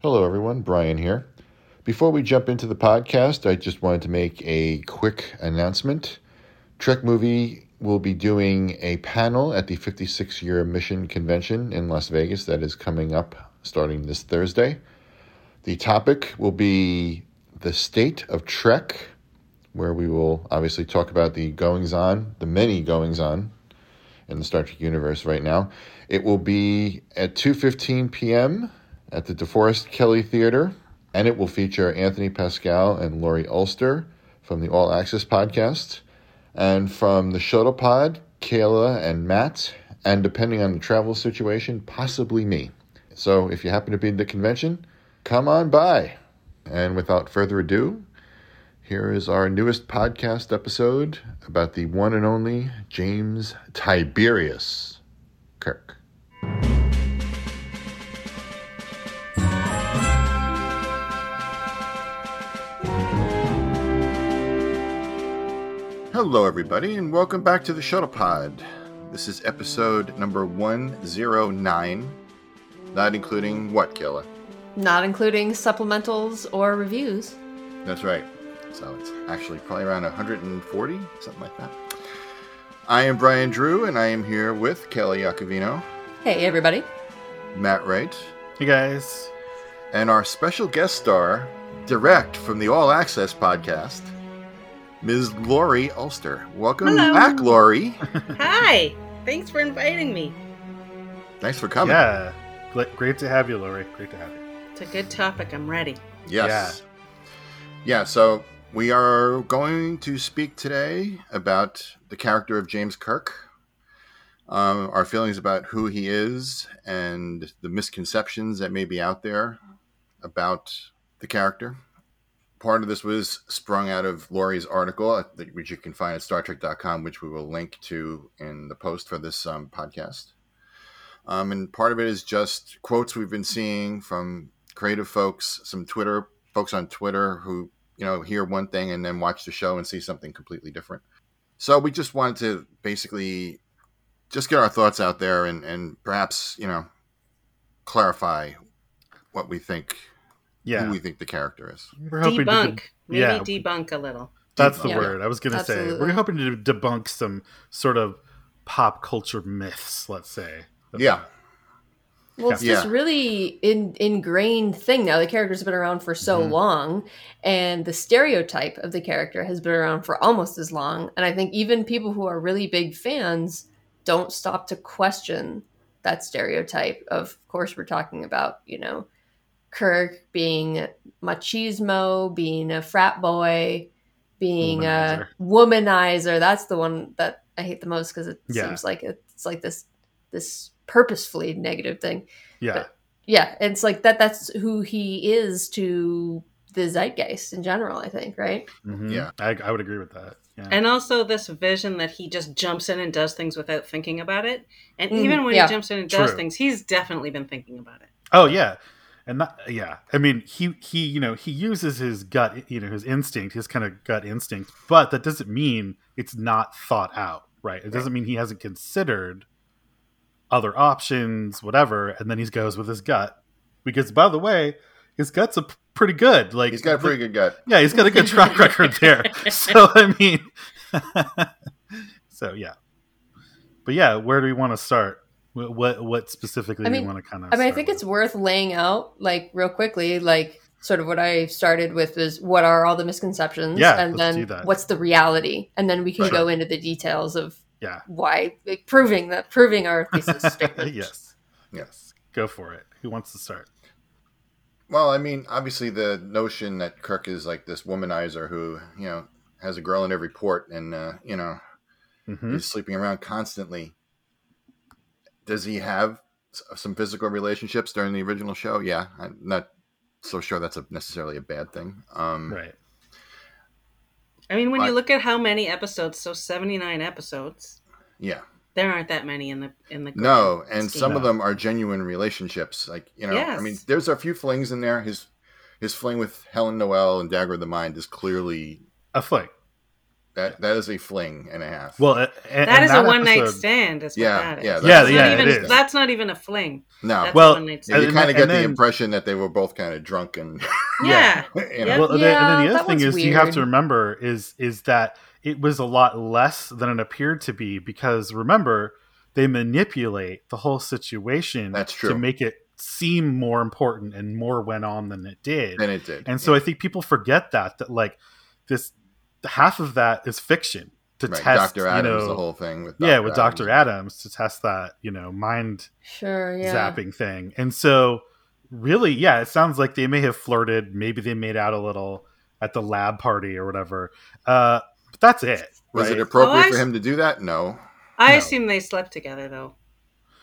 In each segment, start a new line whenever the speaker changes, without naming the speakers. Hello, everyone. Brian here. Before we jump into the podcast, I just wanted to make a quick announcement. Trek Movie will be doing a panel at the 56 year mission convention in Las Vegas that is coming up starting this Thursday. The topic will be the state of Trek, where we will obviously talk about the goings on, the many goings on in the Star Trek universe right now. It will be at 2:15 p.m. at the DeForest Kelly Theater, and it will feature Anthony Pascal and Laurie Ulster from the All Access podcast, and from the Shuttle Pod, Kayla and Matt, and depending on the travel situation, possibly me. So if you happen to be at the convention, come on by. And without further ado, here is our newest podcast episode about the one and only James Tiberius Kirk. Hello, everybody, and welcome back to the Shuttle Pod. This is episode number 109, not including what, Killa?
Not including supplementals or reviews.
That's right. So it's actually probably around 140, something like that. I am Brian Drew, and I am here with Kelly Iacovino,
Hey, everybody.
Matt Wright,
Hey guys.
and our special guest star, direct from the All Access podcast, Ms. Lori Ulster. Welcome
Hello.
back, Lori.
Hi. Thanks for inviting me.
Thanks for coming.
Yeah. Gl- Great to have you, Lori. Great to have you.
It's a good topic. I'm ready.
Yes. Yeah. so we are going to speak today about the character of James Kirk, um, our feelings about who he is, and the misconceptions that may be out there about the character. Part of this was sprung out of Laurie's article, at- that- which you can find at StarTrek.com, which we will link to in the post for this um, podcast. Um, and part of it is just quotes we've been seeing from creative folks, some Twitter folks on Twitter who, you know, hear one thing and then watch the show and see something completely different. So we just wanted to basically just get our thoughts out there and, and perhaps, you know, clarify what we think, who
Yeah.
we think the character is.
We're to
debunk.
de-
Maybe
yeah.
debunk a little.
that's the
Yeah.
word I was going to say.
Absolutely.
We're hoping to debunk some sort of pop culture myths, let's say.
Yeah.
Well, it's
Yeah.
this really in, ingrained thing now. The character's been around for so
Mhm.
long, and the stereotype of the character has been around for almost as long. And I think even people who are really big fans don't stop to question that stereotype. Of course, we're talking about, you know, Kirk being machismo, being a frat boy, being a womanizer. That's the one that I hate the most because it
Yeah.
seems like it's like this this purposefully negative thing.
Yeah.
Yeah, it's like that. That's who he is to the zeitgeist in general. I think, right?
Mhm.
Yeah.
I, I would agree with that. Yeah.
And also this vision that he just jumps in and does things without thinking about it. And
Mm,
even when
yeah.
he jumps in and does
True.
things, he's definitely been thinking about it.
oh, yeah. And that, yeah, I mean, he, he, you know, he uses his gut, you know, his instinct, his kind of gut instinct, but that doesn't mean it's not thought out, right? It doesn't mean he hasn't considered other options, whatever, and then he goes with his gut. Because by the way, his gut's a p- pretty good. Like
He's got a pretty good gut.
Yeah, he's got a good track record there. So I mean So yeah. But yeah, where do we want to start? What what, what specifically
I
do
mean-
we want to kind of
I mean, I think it's worth laying out, like, real quickly, like sort of what I started with was what are all the misconceptions,
Yeah,
and
let's
then
do that.
what's the reality, and then we can
Right.
go into the details of
Yeah.
why like, proving that proving our thesis statement.
yes.
Yeah.
Yes. Go for it. Who wants to start?
Well, I mean, obviously the notion that Kirk is like this womanizer who, you know, has a girl in every port and, uh, you know,
Mhm.
Mm-hmm.
He's sleeping around constantly. Does he have s- some physical relationships during the original show? Yeah, I'm not so sure that's a, necessarily a bad thing. Um,
Mm-hmm. Right.
I mean, when
Right.
you look at how many episodes, so 79 episodes,
Yeah,
there aren't that many in the in the
no, and
Scheme.
some of
No.
them are genuine relationships. Like you know, I mean,
Yes.
there's a few flings in there. His his fling with Helen Noel and Dagger of the Mind is clearly
A flick.
That that is a fling and a half.
Well, a- a- and
That is a
episode-
one night stand. Is what
Yeah,
that is.
yeah,
Yeah,
That's
yeah,
not
it
even,
is.
That's not even a fling.
no,
That's
Well,
a one night
Yeah,
stand.
you
and
kind of
then-
get
and
the
then-
impression that they were both kind of drunk and
yeah.
yeah.
you
Yeah.
know,
Well, and then, and then
Yeah,
the other
that
thing is
one's
you have to
weird.
remember is is that it was a lot less than it appeared to be because remember they manipulate the whole situation
That's
to
true.
make it seem more important and more went on than it did.
than it did.
And so I think people forget that that like this half of that is fiction to
right.
test
Dr. Adams,
you know
the whole thing with
yeah with Dr.
Adams.
Adams to test that you know mind
Sure, yeah.
zapping thing. And so, really, yeah, it sounds like they may have flirted. Maybe they made out a little at the lab party or whatever. Uh, but that's it.
Was
right?
it appropriate
Oh, I
for
s-
him to do that? No.
I
No.
assume they slept together though.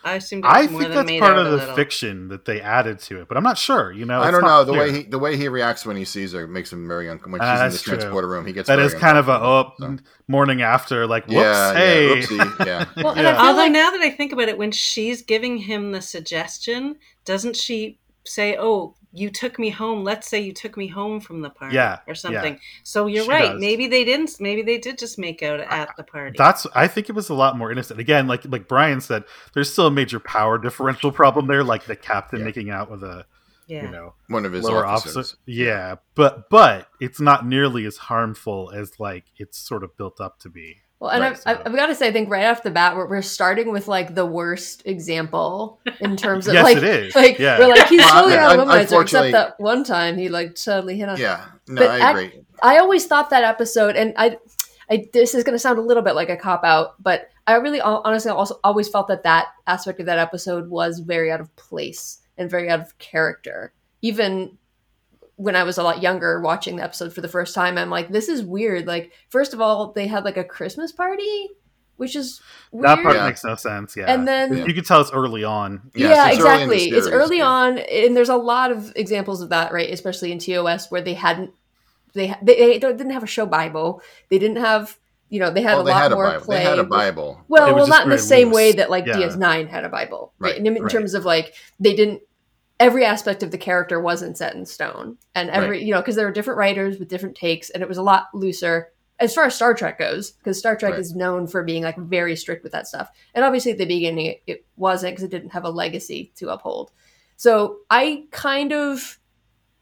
I assume. there
I
was more
think
than
that's
made
part of
out
the
little.
fiction that they added to it, but I'm not sure. You know,
I
it's
don't know.
not
The
clear.
way he the way he reacts when he sees her makes him very uncomfortable. When she's
Ah,
in the
that's true.
transporter room, he gets
that
very
is kind of a oh
uncomfortable, so.
morning after like whoops
yeah,
hey
yeah, oopsie, yeah.
Well, and
Yeah.
I feel
Although
like
now that I think about it, when she's giving him the suggestion, doesn't she say, "Oh, you took me home. Let's say you took me home from the party,
Yeah, yeah.
or something." So you're
She
right.
does.
Maybe they didn't. Maybe they did just make out at the party.
That's I think it was a lot more innocent. Again, like like Brian said, there's still a major power differential problem there, like the captain
Yeah.
making out with a
yeah.
you know
One of his
lower
officers.
officer. Yeah, but but it's not nearly as harmful as like it's sort of built up to be.
Well, and
Right,
I've,
so-
I've, I've got to say, I think right off the bat, we're, we're starting with like the worst example in terms of
Yes,
like,
it is.
like
Yeah.
we're like he's
Well,
totally
I-
on
I-
a womanizer,
unfortunately-
except that one time he like totally hit on.
Yeah. No,
But
I
ac-
agree.
I always thought that episode, and I, I this is going to sound a little bit like a cop out, but I really hon- honestly also always felt that that aspect of that episode was very out of place and very out of character. Even when I was a lot younger, watching the episode for the first time, I'm like, this is weird. Like, first of all, they had like a Christmas party, which is weird.
That part
Yeah.
makes no sense. Yeah,
And then
Yeah.
you could tell it's early on.
Yes,
yeah,
it's early in the
exactly. it's
series,
early
yeah.
on, and there's a lot of examples of that, right? Especially in TOS, where they hadn't, they they, they don't- didn't have a show Bible. They didn't have, you know, they had
Well,
a
Oh, they
lot
had a
more
Bible.
play.
They had a
with-
Bible.
It
Well,
was
well,
just
not in the
very
same
loose.
way that like
Yeah.
DS9 had a Bible,
Right,
In, in
right.
terms of like they didn't every aspect of the character wasn't set in stone, and every you know because there were different writers with different takes, and it was a lot looser as far as Star Trek goes, because Star Trek
Right.
is known for being like very strict with that stuff, and obviously at the beginning it, it wasn't because it didn't have a legacy to uphold. So I kind of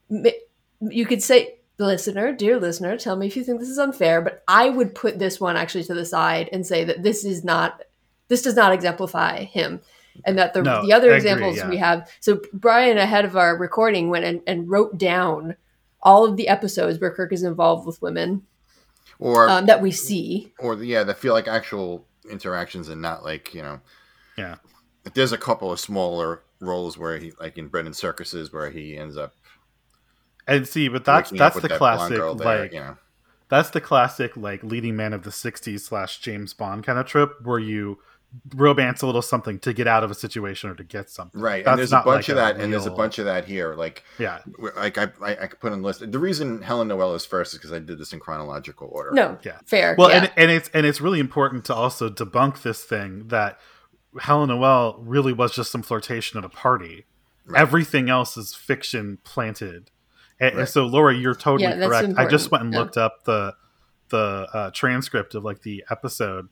mi- you could say listener dear listener tell me if you think this is unfair but i would put this one actually to the side and say that this is not this does not exemplify him and that the,
No,
the other
I agree,
examples
yeah.
we have so brian ahead of our recording went and, and wrote down all of the episodes where kirk is involved with women
Or
um, that we see
or the- yeah, that feel like actual interactions and not like you know.
Yeah.
There's a couple of smaller roles where he, like in Brendan Circuses, where he ends up.
And see, but that's
waking up
that's
with
the
that blonde
classic
girl there,
like
you know.
that's the classic like leading man of the '60s slash James Bond kind of trip where you romance a little something to get out of a situation or to get something.
Right,
That's
and there's a
not
bunch of
like a
that, and there's a
real-
bunch of that here. Like,
Yeah,
where- like I, I, I could put in list. The reason Helen Noel is first is because I did this in chronological order.
no
Yeah.
fair
well
yeah.
and, and it's and it's really important to also debunk this thing that helen noel really was just some flirtation at a party
Right.
everything else is fiction planted and, and
Right.
so laura you're totally
Yeah, that's
correct i just
important,
went and
yeah.
looked up the the uh, transcript of like the episode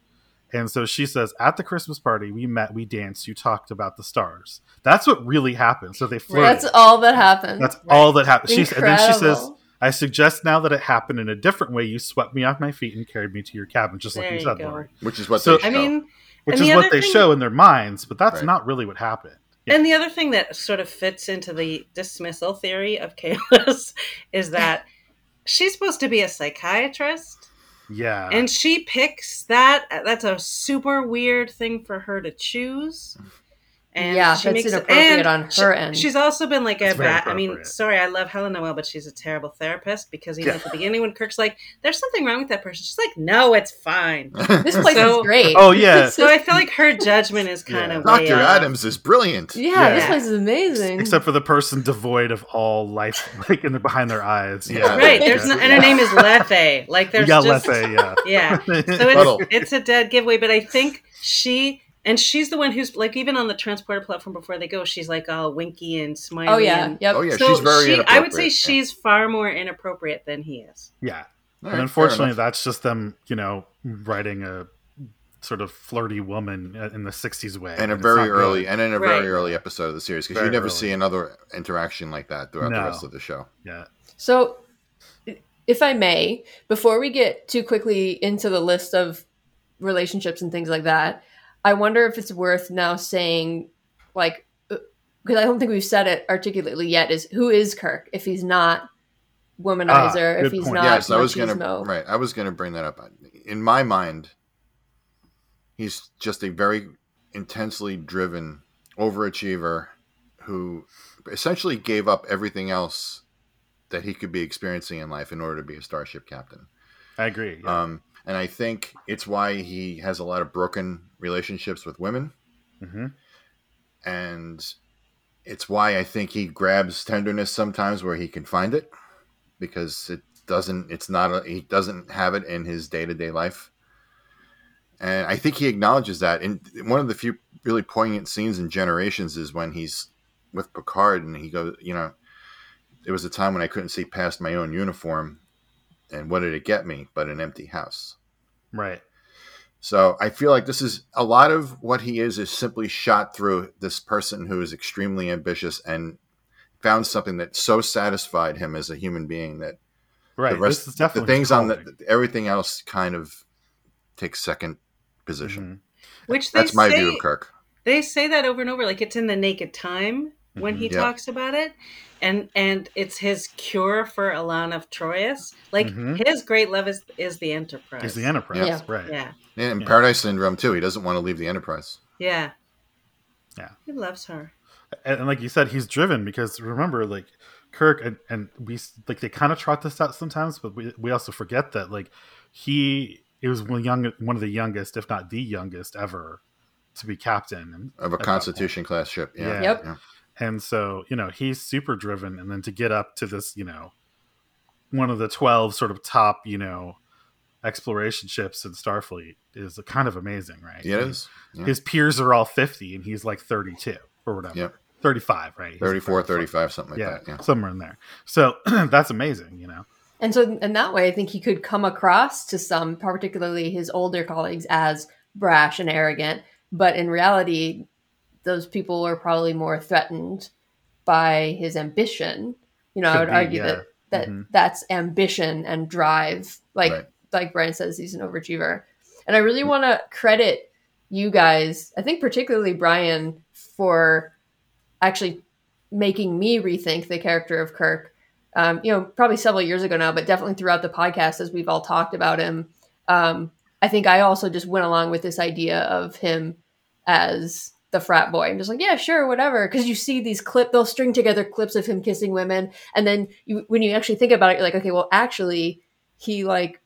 and so she says at the christmas party we met we danced you talked about the stars that's what really happened so they flirted
that's all that happened
that's all that happened she, and then she says
Incredible.
I suggest now that it happened in a different way. You swept me off my feet and carried me to your cabin, just like
There
you
you
said,
go.
Lori.
which is what
So-
they
I
show.
mean,
Which
And
is
the
what
other
they
thing-
show in their minds, but that's
Right.
not really what happened. Yeah.
And the other thing that sort of fits into the dismissal theory of Kayla's is that she's supposed to be a psychiatrist
Yeah.
and she picks that. uh, That's a super weird thing for her to choose. And
yeah
she
that's
makes
inappropriate
and
on her
she-
end
She's also been like a
That's very
bad. I mean,
appropriate.
sorry, I love Helen Noel, but she's a terrible therapist because even
Yeah.
at the beginning when Kirk's like, "There's something wrong with that person," she's like, "No, it's fine."
this place
So-
is great
oh yeah.
So I feel like her judgment is kind
Yeah.
of way
Doctor
off.
Adams is brilliant.
Yeah,
Yeah.
this place is amazing.
Except for the person devoid of all life, like in the behind their eyes.
Yeah.
Right, there's
Yeah.
no, and her name is Lethe. Like
We
there's
got
just
Lethe, yeah.
yeah. So
Puddle.
it's, it's a dead giveaway, but I think she and she's the one who's like even on the transporter platform before they go, she's like all winky and smiley.
oh yeah,
and-
yep.
Oh yeah,
so
she's very.
she, I would
inappropriate, yeah.
say she's far more inappropriate than he is.
yeah.
All
and
right,
unfortunately,
fair
that's just them, you know, writing a sort of flirty woman in the '60s way,
enough. and a
it's
very
not good.
early and in a
Right.
very early episode of the series because you
Very
never
early.
see another interaction like that throughout the
No.
rest of the show.
Yeah,
So, if I may, before we get too quickly into the list of relationships and things like that, I wonder if it's worth now saying, like, because I don't think we've said it articulately yet, is who is Kirk if he's not womanizer,
Ah,
if
good
he's
point.
not
yes, I was gonna
machismo?
right. I was gonna bring that up. In my mind, he's just a very intensely driven overachiever who essentially gave up everything else that he could be experiencing in life in order to be a starship captain.
I agree. Yeah.
Um, and I think it's why he has a lot of broken relationships with women,
hmm
and it's why I think he grabs tenderness sometimes where he can find it, because it doesn't. It's not. A, he doesn't have it in his day to day life, and I think he acknowledges that. And one of the few really poignant scenes in Generations is when he's with Picard and he goes, you know, it was a time when I couldn't see past my own uniform, and what did it get me but an empty house.
Right.
So I feel like this is a lot of what he is is simply shot through this person who is extremely ambitious and found something that so satisfied him as a human being that
Right.
the rest
this is
the
definitely
things on the,
calming.
everything else kind of takes second position.
Mhm.
Which they
That's my
say,
view of Kirk.
They say that over and over, like it's in the Naked Time when he
Mhm. Yeah.
talks about it, and and it's his cure for Alana of Troyes. Like
Mhm.
his great love is is the Enterprise.
Is the Enterprise
Yeah.
right?
Yeah,
Yeah, and
Yeah.
Paradise Syndrome too. He doesn't want to leave the Enterprise.
yeah,
Yeah.
He loves her.
and, and like you said, he's driven because remember, like Kirk and and we s- like they kind of trot this out sometimes, but we we also forget that like he it was one young one of the youngest, if not the youngest ever, to be captain
Of a
at that point.
Constitution class ship. Yeah.
Yeah.
Yep.
and so you know he's super driven, and then to get up to this, you know, one of the twelve sort of top, you know, exploration ships in Starfleet is kind of amazing, right?
Yeah, it is. Yeah.
His peers are all fifty, and he's like thirty-two or whatever,
Yep.
thirty-five, right? He's
34, 35, something like
yeah,
that. Yeah.
somewhere in there. So that's amazing, you know.
And so, in that way, I think he could come across to some, particularly his older colleagues, as brash and arrogant. But in reality, those people were probably more threatened by his ambition. You know, I
Could
would
be,
argue
yeah.
that, that
Mhm.
that's ambition and drive. Like,
Right.
like Brian says, he's an overachiever. And I really want to credit you guys, I think particularly Brian, for actually making me rethink the character of Kirk. Um, you know, probably several years ago now, but definitely throughout the podcast as we've all talked about him. Um, I think I also just went along with this idea of him as the frat boy. I'm just like, yeah, sure, whatever. Because you see these clip, they'll string together clips of him kissing women, and then you, when you actually think about it, you're like, okay, well, actually, he like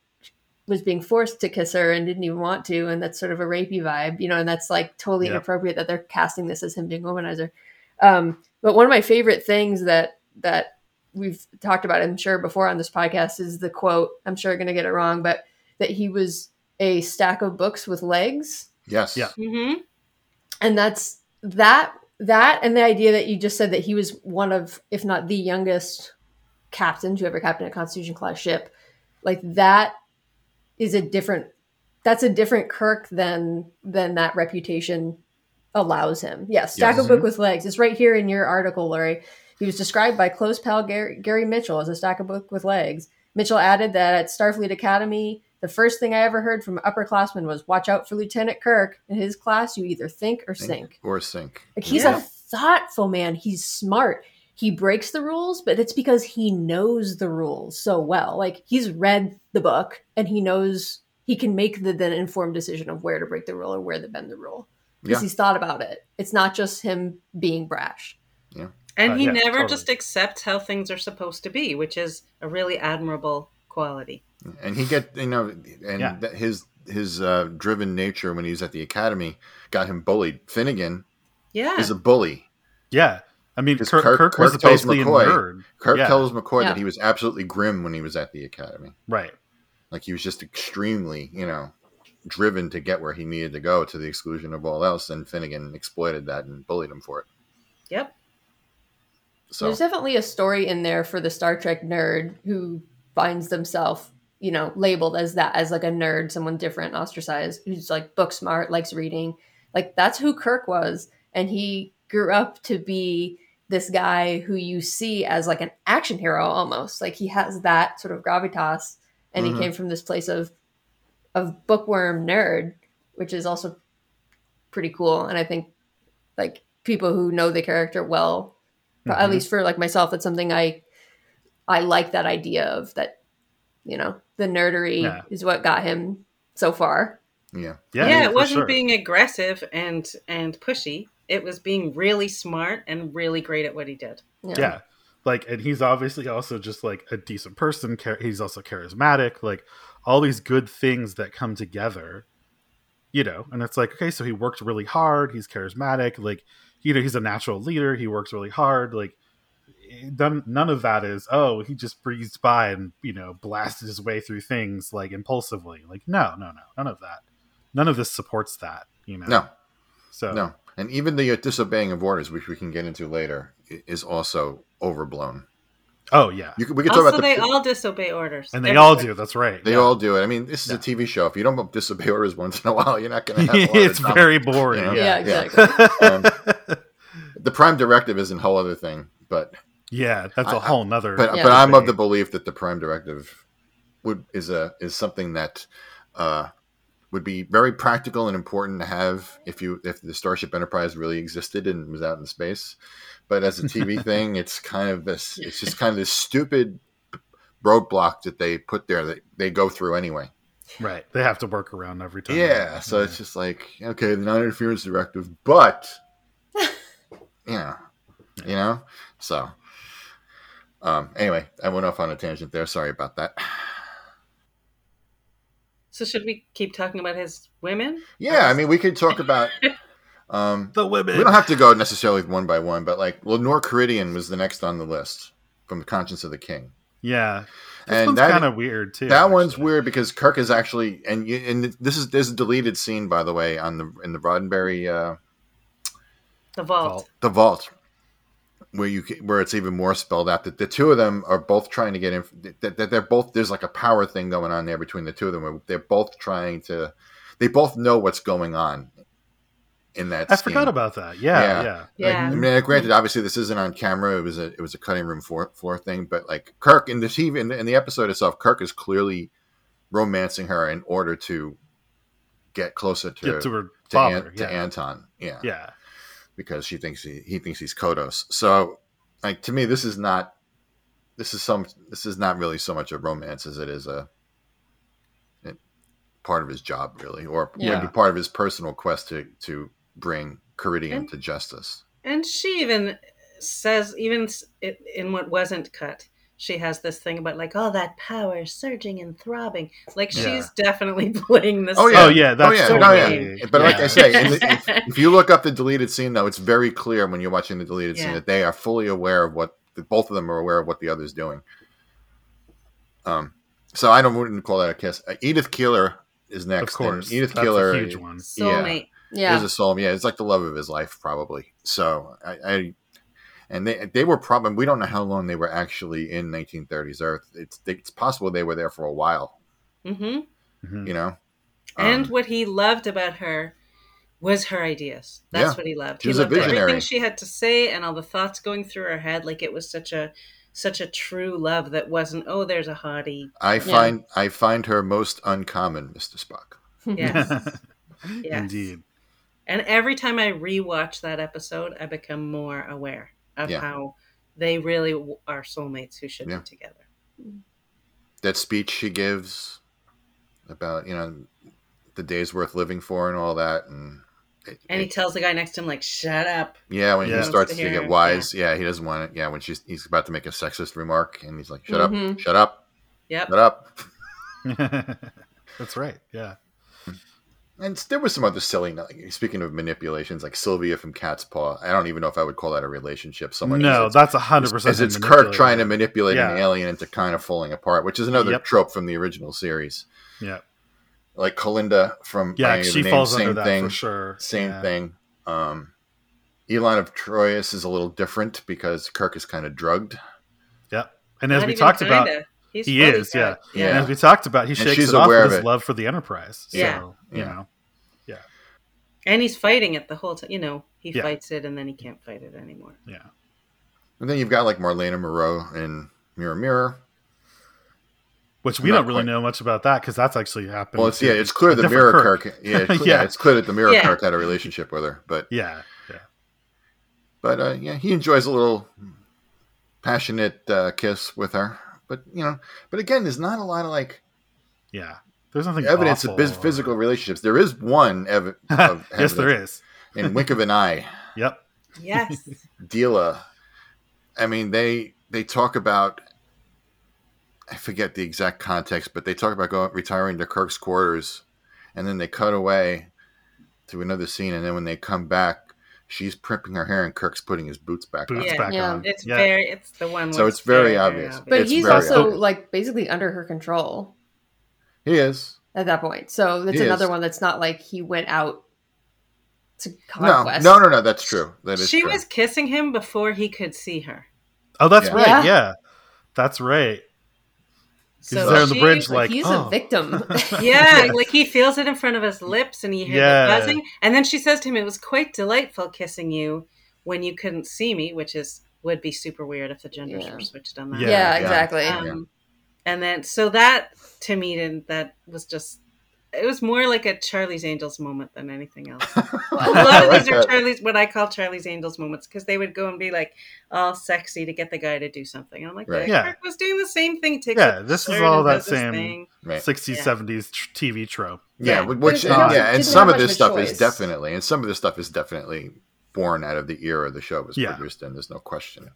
was being forced to kiss her and didn't even want to, and that's sort of a rapey vibe, you know, and that's like totally
Yeah.
inappropriate that they're casting this as him being womanizer. Um, but one of my favorite things that that we've talked about, I'm sure, before on this podcast is the quote. I'm sure going to get it wrong, but that he was a stack of books with legs
Yes.
Yeah.
Mm-hmm.
and that's that that and the idea that you just said that he was one of if not the youngest captain to ever captain a constitution class ship like that is a different that's a different kirk than than that reputation allows him yeah stack
Yes.
of book with legs it's right here in your article larry he was described by close pal gary, gary mitchell as a stack of book with legs mitchell added that at starfleet academy the first thing i ever heard from upperclassmen was watch out for lieutenant kirk in his class you either think or sink
Or sink.
like he's
Yeah.
a thoughtful man. He's smart. He breaks the rules, but it's because he knows the rules so well. Like he's read the book and he knows he can make the then informed decision of where to break the rule or where to bend the rule because
Yeah.
he's thought about it. It's not just him being brash.
And
Uh,
he
yeah,
never
totally.
just accepts how things are supposed to be, which is a really admirable quality.
and he get you know and
Yeah.
that his his uh, driven nature when he was at the academy got him bullied finnegan
Yeah.
is a bully
Yeah, I mean,
Because
Kirk,
Kirk-
Kirk, was
Kirk tells
basically a
McCoy-
nerd,
kirk
Yeah.
tells mccoy
Yeah.
that he was absolutely grim when he was at the academy
right?
like he was just extremely you know driven to get where he needed to go to the exclusion of all else and finnegan exploited that and bullied him for it
yep.
so
There's definitely a story in there for the Star Trek nerd who finds themselves you know labeled as that as like a nerd someone different ostracized who's like book smart likes reading like that's who kirk was and he grew up to be this guy who you see as like an action hero almost like he has that sort of gravitas and
Mhm.
he came from this place of of bookworm nerd which is also pretty cool and i think like people who know the character well but at
Mhm.
least for like myself that's something i i like that idea of that you know the nerdery
Yeah.
is what got him so far
Yeah.
Yeah,
Yeah,
it
for
wasn't
sure.
being aggressive and and pushy. It was being really smart and really great at what he did.
yeah,
yeah like and he's obviously also just like a decent person char- he's also charismatic like all these good things that come together you know and it's like okay so he worked really hard he's charismatic like you know he's a natural leader he works really hard like none, none of that is oh he just breezed by and you know blasted his way through things like impulsively like no no no none of that none of this supports that you know
No,
so
no. And even the uh, disobeying of orders, which we can get into later, i- is also overblown.
oh yeah
You, could- we could talk
Also,
about the.
they all disobey orders.
and they all
Everybody.
do that's right
they
yeah.
all do it. I mean, this is
Yeah.
a TV show. If you don't disobey orders once in a while, you're not going to have. A lot
it's
of drama.
very boring
Yeah.
yeah,
Yeah, exactly
Um, the prime directive is a whole other thing, but
yeah, that's
I-
a
I-
whole nother.
but uh,
Yeah.
but I'm of the belief that the prime directive would is a is something that uh, would be very practical and important to have if you if the Starship Enterprise really existed and was out in space. But as a TV thing, it's kind of this. It's just kind of this stupid roadblock that they put there that they go through anyway.
right, they have to work around every time.
Yeah, so it's just like okay, the non-interference directive, but yeah, you know. So, um, anyway, I went off on a tangent there. Sorry about that.
So should we keep talking about his women?
Yeah, I mean, we could talk about. Um,
the women.
we don't have to go necessarily one by one, but like Lenore Caridian was the next on the list from the Conscience of the King,
yeah, this
and
one's
that
kind of weird too.
that one's
actually.
weird because Kirk is actually and you, and this is this is a deleted scene by the way on the in the Roddenberry. Uh,
The vault.
the vault where you ca- where it's even more spelled out that the two of them are both trying to get in that, that they're both there's like a power thing going on there between the two of them where they're both trying to they both know what's going on in that
I
scheme.
forgot about that. Yeah,
Yeah.
yeah,
Yeah.
I mean, granted, obviously this isn't on camera. It was a it was a cutting room floor, floor thing, but like Kirk in the TV in the, in the episode itself, Kirk is clearly romancing her in order to get closer to
Get to her
to, An-
father.
to
yeah.
Anton. Yeah,
yeah,
because she thinks he, he thinks he's Kodos. So, like to me, this is not this is some this is not really so much a romance as it is a, a part of his job, really, or
Yeah.
maybe part of his personal quest to to bring Caridian
And-
to justice.
And she even says, even s- i- in what wasn't cut, she has this thing about like all that power surging and throbbing. Like
Yeah.
she's definitely playing this.
Oh, yeah.
Oh yeah, that's
oh yeah,
totally,
no, yeah. But like I
yeah.
say, in the, if, if you look up the deleted scene, though, it's very clear when you're watching the deleted scene
Yeah.
that they are fully aware of what that both of them are aware of what the other's doing. Um, so I don't wouldn't call that a kiss. Uh, Edith Keeler is next.
of course,
and Edith
that's
Keeler
a huge one.
Soulmate.
yeah
is a soul. Yeah, it's like the love of his life, probably. So I, I and they they were probably we don't know how long they were actually in 1930s Earth. It's it's possible they were there for a while.
hmm
Mhm.
You know,
and
Um,
what he loved about her was her ideas. That's
Yeah.
what he loved.
She
he
was a
loved
visionary.
everything she had to say and all the thoughts going through her head. Like it was such a such a true love that wasn't oh there's a hottie.
I find I find her most uncommon, Mister Spock.
Yes. yes.
Indeed.
And every time I rewatch that episode, I become more aware of
Yeah.
how they really w- are soulmates who should
Yeah.
be together.
That speech she gives about you know the day's worth living for and all that, and, it-
And he
it-
tells the guy next to him like, "Shut up."
yeah, when
Yeah.
he
Wants
starts
to
to
hear
get
her,
wise, yeah. he doesn't want it. Yeah, when she's he's about to make a sexist remark, and he's like, "Shut up,
Mm-hmm.
Mhm.
shut up,
Yep.
shut up."
that's right. Yeah.
And there was some other silly. Speaking of manipulations, like Sylvia from Cat's Paw, I don't even know if I would call that a relationship. Someone
no,
is-
that's a hundred
is-
percent.
is it's Kirk trying to manipulate an
Yeah.
alien into kind of falling apart, which is another
Yep.
trope from the original series.
Yeah,
Like Kalinda from I
yeah,
Am
she
Name,
falls
same
under that
thing,
for sure.
Same
Yeah.
thing. Um, Elon of Troyes is a little different because Kirk is kind of drugged.
Yep. And as
Not
we
even
talked about,
kinda. He's
he
funny,
is,
guy.
yeah.
Yeah.
And as we talked about, he
And
shakes
she's
it off
aware
with
of
his
it.
love for the Enterprise. So,
Yeah.
Yeah.
you know.
And he's fighting it the whole time. You know, he
Yeah.
fights it and then he can't fight it anymore.
Yeah.
And then you've got like Marlena Moreau in Mirror Mirror.
Which we
Not
don't really
quite.
know much about that because that's actually happened.
Well, it's
to
yeah, it's clear
a
the
different
Mirror
Kirk.
Kirk. yeah, it's clear, yeah,
Yeah.
it's clear that the Mirror
Yeah.
Kirk had a relationship with her, but
Yeah. Yeah.
but uh, yeah, he enjoys a little passionate uh, kiss with her. But you know, but again, there's not a lot of like
Yeah. There's nothing
evidence of
awful
phys-
or-
physical relationships. There is one ev- of
yes, there is.
in Wink of an Eye.
Yep.
Yes.
Dila. I mean, they they talk about I forget the exact context, but they talk about going retiring to Kirk's quarters, and then they cut away to another scene, and then when they come back, she's primping her hair and Kirk's putting his boots back
Boots
Yeah.
back
Yeah.
on.
it's
yeah.
very it's the one
So
where
it's very obvious.
But
It's
he's
very
also
obvious.
like basically under her control
on. He is.
at that point. So that's
He
another
is.
one that's not like he went out to
No,
conquest.
no, no, no. That's true. That is
she
true.
was kissing him before he could see her.
Oh, that's
Yeah.
right.
Yeah.
Yeah. That's right. He's
So
there on the
she-
bridge,
Like,
like,
he's
oh.
a victim.
Yeah, like he feels it in front of his lips and he hears
Yeah.
it buzzing. And then she says to him, It was quite delightful kissing you when you couldn't see me, which is would be super weird if the genders
Yeah.
were switched on that.
yeah,
Yeah, yeah.
exactly.
Yeah.
Um, And then, so that to me, didn't, that was just, it was more like a Charlie's Angels moment than anything else. A lot
I
of
like
these are
that.
Charlie's, what I call Charlie's Angels moments, because they would go and be like all sexy to get the guy to do something. And I'm like,
Right.
Yeah.
Kirk was doing the same thing. Takes
Yeah,
up
this is
third
all
and
that
does this
same-
thing.
Right.
60s, 70s tr- TV trope.
Yeah,
Yeah,
which
there's
and,
not-
yeah, and
didn't
some
have
of
much
this
of a
stuff is
choice.
definitely, and some of this stuff is definitely born out of the era the show was
Yeah.
produced in. There's no question.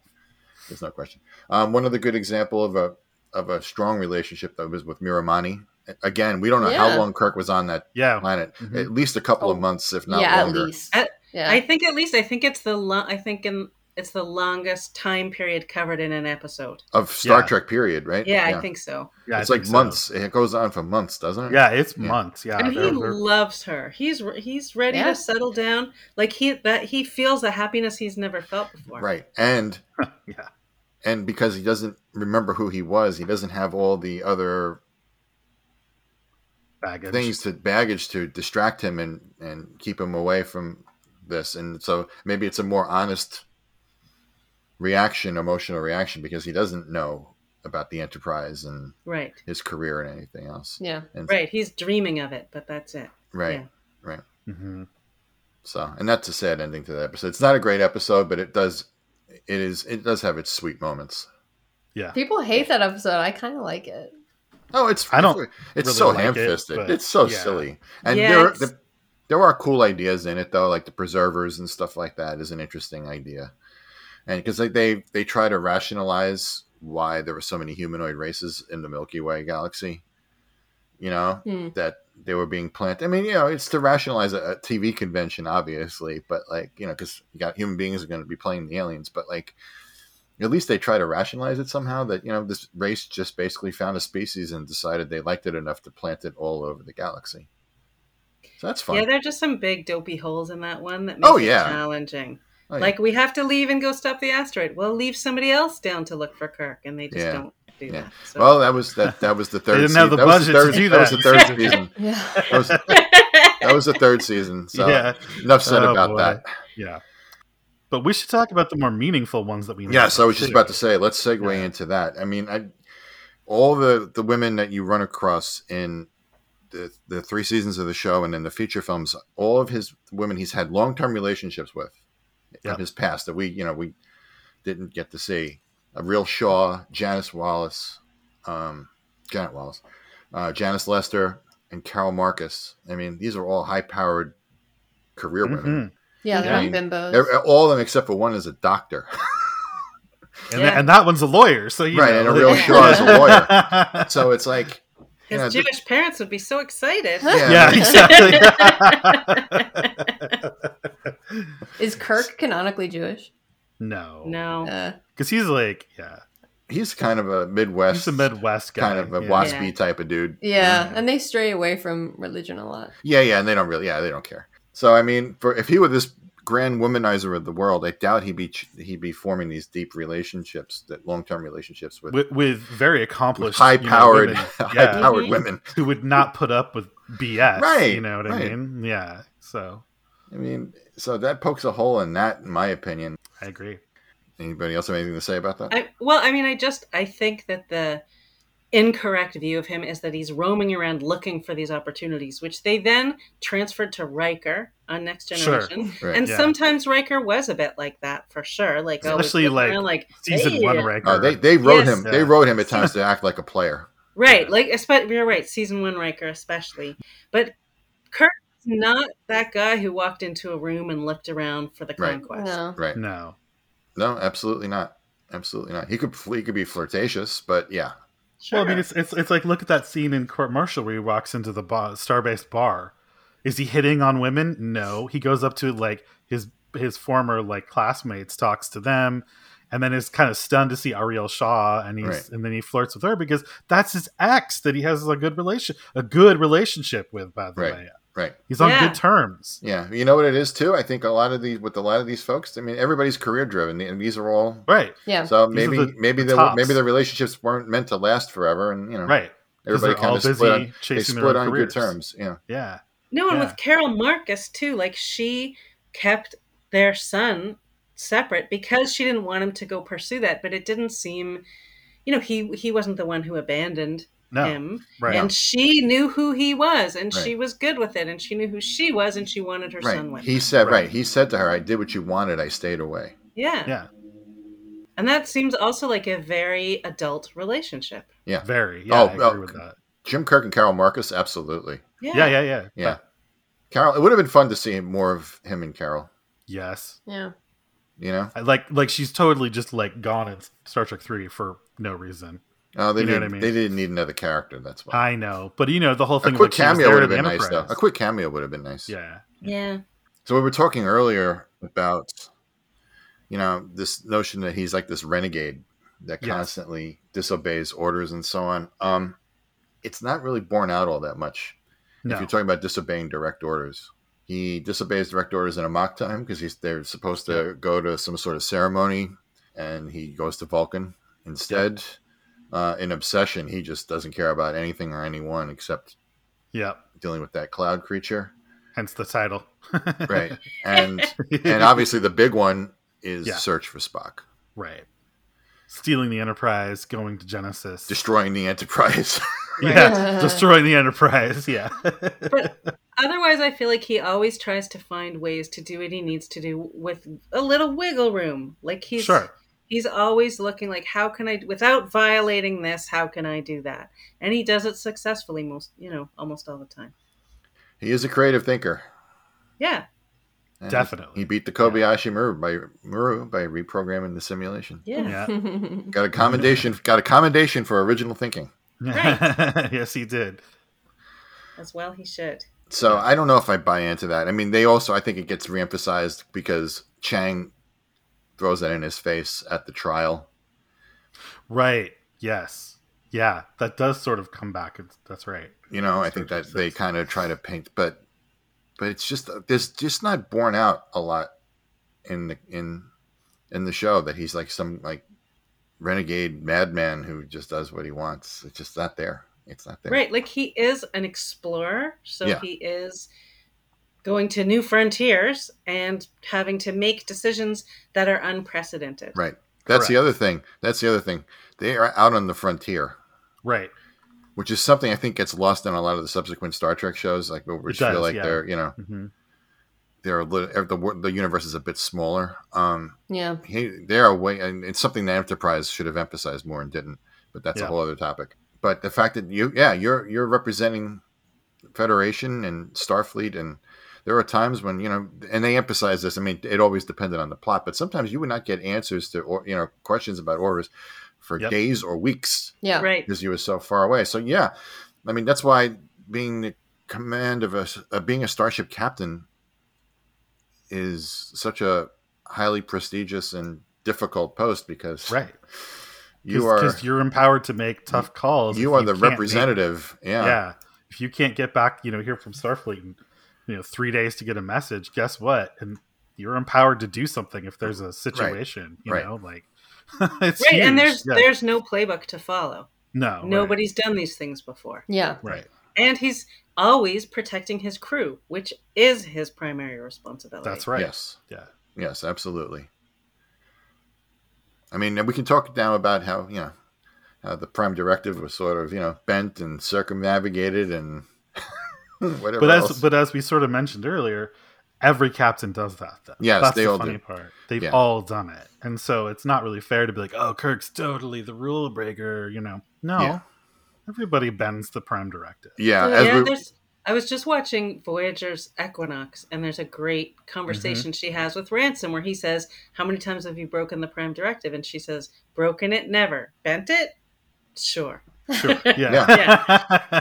There's no question. Um, one other good example of a of a strong relationship that was with Miramani. Again, we don't know
Yeah.
how long Kirk was on that
Yeah.
planet.
Mhm.
At least a couple of
Oh,
months, if not
yeah,
longer.
at least.
I-
yeah.
I think at least, I think it's the, lo- I think in, it's the longest time period covered in an episode.
Of Star
Yeah.
Trek period, right?
Yeah, I think so.
Yeah, I
it's
think
like
so.
months. It goes on for months, doesn't it?
Yeah, it's
Yeah.
months. Yeah.
and he
they're- they're-
loves her. He's re- he's ready
Yeah.
to settle down. Like he that he feels a happiness he's never felt before.
Right. And
Yeah.
and because he doesn't remember who he was, he doesn't have all the other
baggage.
things to baggage to distract him and and keep him away from this and so maybe it's a more honest reaction emotional reaction because he doesn't know about the enterprise and
Right.
his career and anything else
yeah.
and
Right. He's dreaming of it, but that's it.
right
yeah.
Mhm.
so and that's a sad ending to that episode it's not a great episode but it does it is it does have its sweet moments
Yeah.
People hate that episode. I kind of like it.
oh it's
I don't
it's
really
so
like it,
ham-fisted
but
it's so
yeah.
silly and
Yeah,
there are,
it's-
the, there are cool ideas in it though like the preservers and stuff like that is an interesting idea and because they, they they try to rationalize why there were so many humanoid races in the milky way galaxy you know
Hmm.
that they were being planted i mean you know it's to rationalize a, a tv convention obviously but like you know because you got human beings are going to be playing the aliens but like at least they try to rationalize it somehow that you know this race just basically found a species and decided they liked it enough to plant it all over the galaxy so that's fun
Yeah, there are just some big dopey holes in that one that make
Oh,
it
yeah.
challenging.
Oh, yeah.
Like we have to leave and go stop the asteroid. Well, leave somebody else down to look for Kirk, and they just
Yeah.
don't do
Yeah.
that. So.
well that was that that was the third
didn't have the
that was
budget to
third-
do
was
that.
the third season
Yeah.
that was, that was the third season so
Yeah.
enough said
Oh,
about
boy.
that
Yeah. But we should talk about the more meaningful ones that we know
Yes, I was just
too.
about to say. Let's segue
Yeah.
into that. I mean, I all the the women that you run across in the the three seasons of the show and in the feature films, all of his women he's had long term relationships with
Yeah.
in his past that we you know we didn't get to see. A real Shaw, Janice Wallace, um, Janet Wallace, uh, Janice Lester, and Carol Marcus. I mean, these are all high powered career women.
Mhm.
Yeah, they're
I
all
mean,
Mm-hmm.
bimbos.
They're- all of them except for one is a doctor.
And,
Yeah.
that, and that one's a lawyer, so you
Right,
know,
and a
they-
real
Shaw
is a lawyer. so it's like
His
yeah, th-
Jewish parents would be so excited.
Yeah.
yeah, exactly.
Is Kirk canonically Jewish?
no,
No.
Uh,
because he's like, yeah,
he's kind of a Midwest,
he's a Midwest guy,
kind of a
yeah.
waspy type of dude.
yeah, and they stray away from religion a lot.
Yeah, yeah, and they don't really, yeah, they don't care. So I mean, for if he were this grand womanizer of the world, I doubt he'd be ch- he'd be forming these deep relationships, that long term relationships with,
with, with very accomplished,
high powered,
you know, women.
high
yeah,
powered
Mhm.
women.
who would not put up with BS.
Right,
You know what I
right.
mean? Yeah. So
I mean, so that pokes a hole in that, in my opinion.
I agree.
Anybody else have anything to say about that?
I, well, I mean, I just I think that the incorrect view of him is that he's roaming around looking for these opportunities, which they then transferred to Riker on Next
Sure.
Generation.
Right.
And
Yeah.
sometimes Riker was a bit like that for sure. Like always
Especially,
looking
like,
around, like
Season
"Hey."
one ranker.
Oh, they they wrote
Yes.
him. They
Yeah.
wrote him at times to act like a player.
Right, like especially you're right, season one Riker especially. But Kirk is not that guy who walked into a room and looked around for the
Right.
conquest.
No.
Right? No,
no.
absolutely not. Absolutely not. He could fl- he could be flirtatious, but yeah,
Sure.
Well, I mean, it's, it's it's like look at that scene in Court Martial where he walks into the bar, Starbase bar. Is he hitting on women? No. He goes up to like his his former like classmates, talks to them, and then is kind of stunned to see Ariel Shaw, and he's
Right.
and then he flirts with her because that's his ex that he has a good relation a good relationship with. By the
Right.
way,
right.
he's on
Yeah.
good terms.
Yeah, you know what it is too. I think a lot of these with a lot of these folks. I mean, everybody's career driven, and these are all.
Right.
Yeah.
So
These are
maybe
the-
maybe
the
the were
tops.
maybe the relationships weren't meant to last forever, and you know,
Right. 'Cause
everybody
they're
kind
all
of split.
busy
On, they
chasing their
split
own
on good
careers.
terms. Yeah,
Yeah.
No, and
Yeah.
with Carol Marcus too, like she kept their son separate because she didn't want him to go pursue that, but it didn't seem you know, he he wasn't the one who abandoned
No.
him.
Right.
And she knew who he was and she
Right.
was good with it and she knew who she was and she wanted her son
right.
with.
He said
Right.
right. He said to her, "I did what you wanted. I stayed away."
yeah.
yeah.
And that seems also like a very adult relationship.
Very. Yeah.
Oh,
I agree
oh,
with that.
Jim Kirk and Carol Marcus, absolutely.
Yeah.
Yeah. Yeah. Yeah.
Yeah, Carol. It would have been fun to see him- more of him and Carol.
Yes.
Yeah.
You know,
I- like like she's totally just like gone in Star Trek three for no reason.
oh, they
You know what
didn't.
I mean?
They didn't need another character. That's why.
I know, but you know the whole
a
thing.
quick
like, she was
cameo
there
would have
to
been
the
nice, though.
Enterprise.
A quick cameo would have been nice.
Yeah,
Yeah.
So we were talking earlier about, you know, this notion that he's like this renegade that
Yes.
constantly disobeys orders and so on. Um, it's not really borne out all that much. If
no,
you're talking about disobeying direct orders, he disobeys direct orders in a mock time because he's they're supposed to go to some sort of ceremony, and he goes to Vulcan instead. Uh, in obsession, he just doesn't care about anything or anyone except
yeah.
dealing with that cloud creature,
Hence the title.
right? And and obviously the big one is
Yeah.
search for spock
right, stealing the Enterprise, going to Genesis.
destroying the enterprise
yeah, destroying the Enterprise. Yeah,
Otherwise, I feel like he always tries to find ways to do what he needs to do with a little wiggle room. Like he's
sure.
he's always looking like how can I without violating this, how can I do that? And he does it successfully most, you know, almost all the time.
he is a creative thinker
Yeah.
And
Definitely.
he beat the kobayashi maru by maru by reprogramming the simulation
Yeah.
Yeah.
got a commendation got a commendation for original thinking
yes, he did.
As well he should.
so i don't know if i buy into that i mean they also i think it gets reemphasized because chang throws that in his face at the trial
Right. Yes. Yeah. That does sort of come back. It's, that's right.
you know i think that they kind of try to paint but but it's just there's just not borne out a lot in the in in the show that he's like some like renegade madman who just does what he wants it's just not there it's not there
Right. Like he is an explorer, so
Yeah.
he is going to new frontiers and having to make decisions that are unprecedented.
right that's the
Correct.
other thing that's the other thing they are out on the frontier
Right.
which is something i think gets lost in a lot of the subsequent star trek shows like
It
which
does,
feel like
yeah.
they're you know
hmm
they're a little er, the, wor- the universe is a bit smaller um
yeah.
he, they're away, and it's something that Enterprise should have emphasized more and didn't. But that's
Yeah.
a whole other topic. But the fact that you, yeah, you're you're representing Federation and Starfleet, and there are times when you know, and they emphasize this. I mean, it always depended on the plot, but sometimes you would not get answers to or you know questions about orders for
Yep.
days or weeks
Yeah.
Right.
because you were so far away. So yeah, I mean that's why being the command of a of being a starship captain is such a highly prestigious and difficult post because
Right.
you are
because you're empowered to make tough calls.
you
if
are the
can't make-
representative. yeah.
yeah. If you can't get back, you know, here from Starfleet in you know three days to get a message, guess what? And you're empowered to do something if there's a situation. You
Right.
know, like it's
right
huge.
and there's
Yeah. Oh,
there's no playbook to follow
no nobody.
nobody's done these things before
Yeah.
Right.
and he's always protecting his crew which is his primary responsibility
That's right.
Yes.
Yeah.
Yes, absolutely. I mean, and we can talk now about how you know how the prime directive was sort of you know bent and circumnavigated and whatever.
But as
else.
but as we sort of mentioned earlier, every captain does that. Though.
Yes,
that's
they
the
all
funny
do.
part. They've
Yeah.
all done it, and so it's not really fair to be like, "Oh, Kirk's totally the rule breaker." You know, no,
Yeah.
everybody bends the prime directive.
yeah,
Yeah,
as
yeah,
we-
there's, I was just watching Voyager's Equinox, and there's a great conversation
Mm-hmm.
she has with Ransom where he says, How many times have you broken the Prime Directive? And she says, Broken it, never. Bent it? Sure.
Sure. Yeah.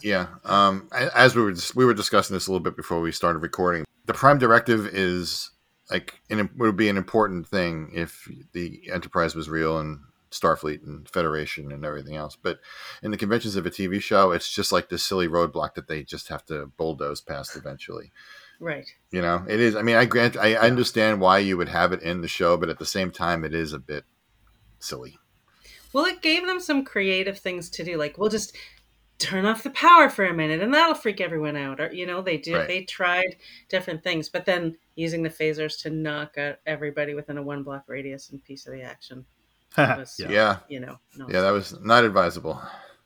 Yeah. Um, a- as we were dis- we were discussing this a little bit before we started recording, the prime directive is like an, would be an important thing if the Enterprise was real and Starfleet and Federation and everything else. But in the conventions of a TV show, it's just like this silly roadblock that they just have to bulldoze past eventually.
Right.
You know, it is. I mean, I grant, I, I understand why you would have it in the show, but at the same time, it is a bit silly.
Well, it gave them some creative things to do. Like, we'll just turn off the power for a minute and that'll freak everyone out. Or, you know, they did,
Right.
they tried different things, but then using the phasers to knock out everybody within a one block radius and piece of the action was,
Yeah.
Yeah.
you know, no.
Yeah, that was not advisable.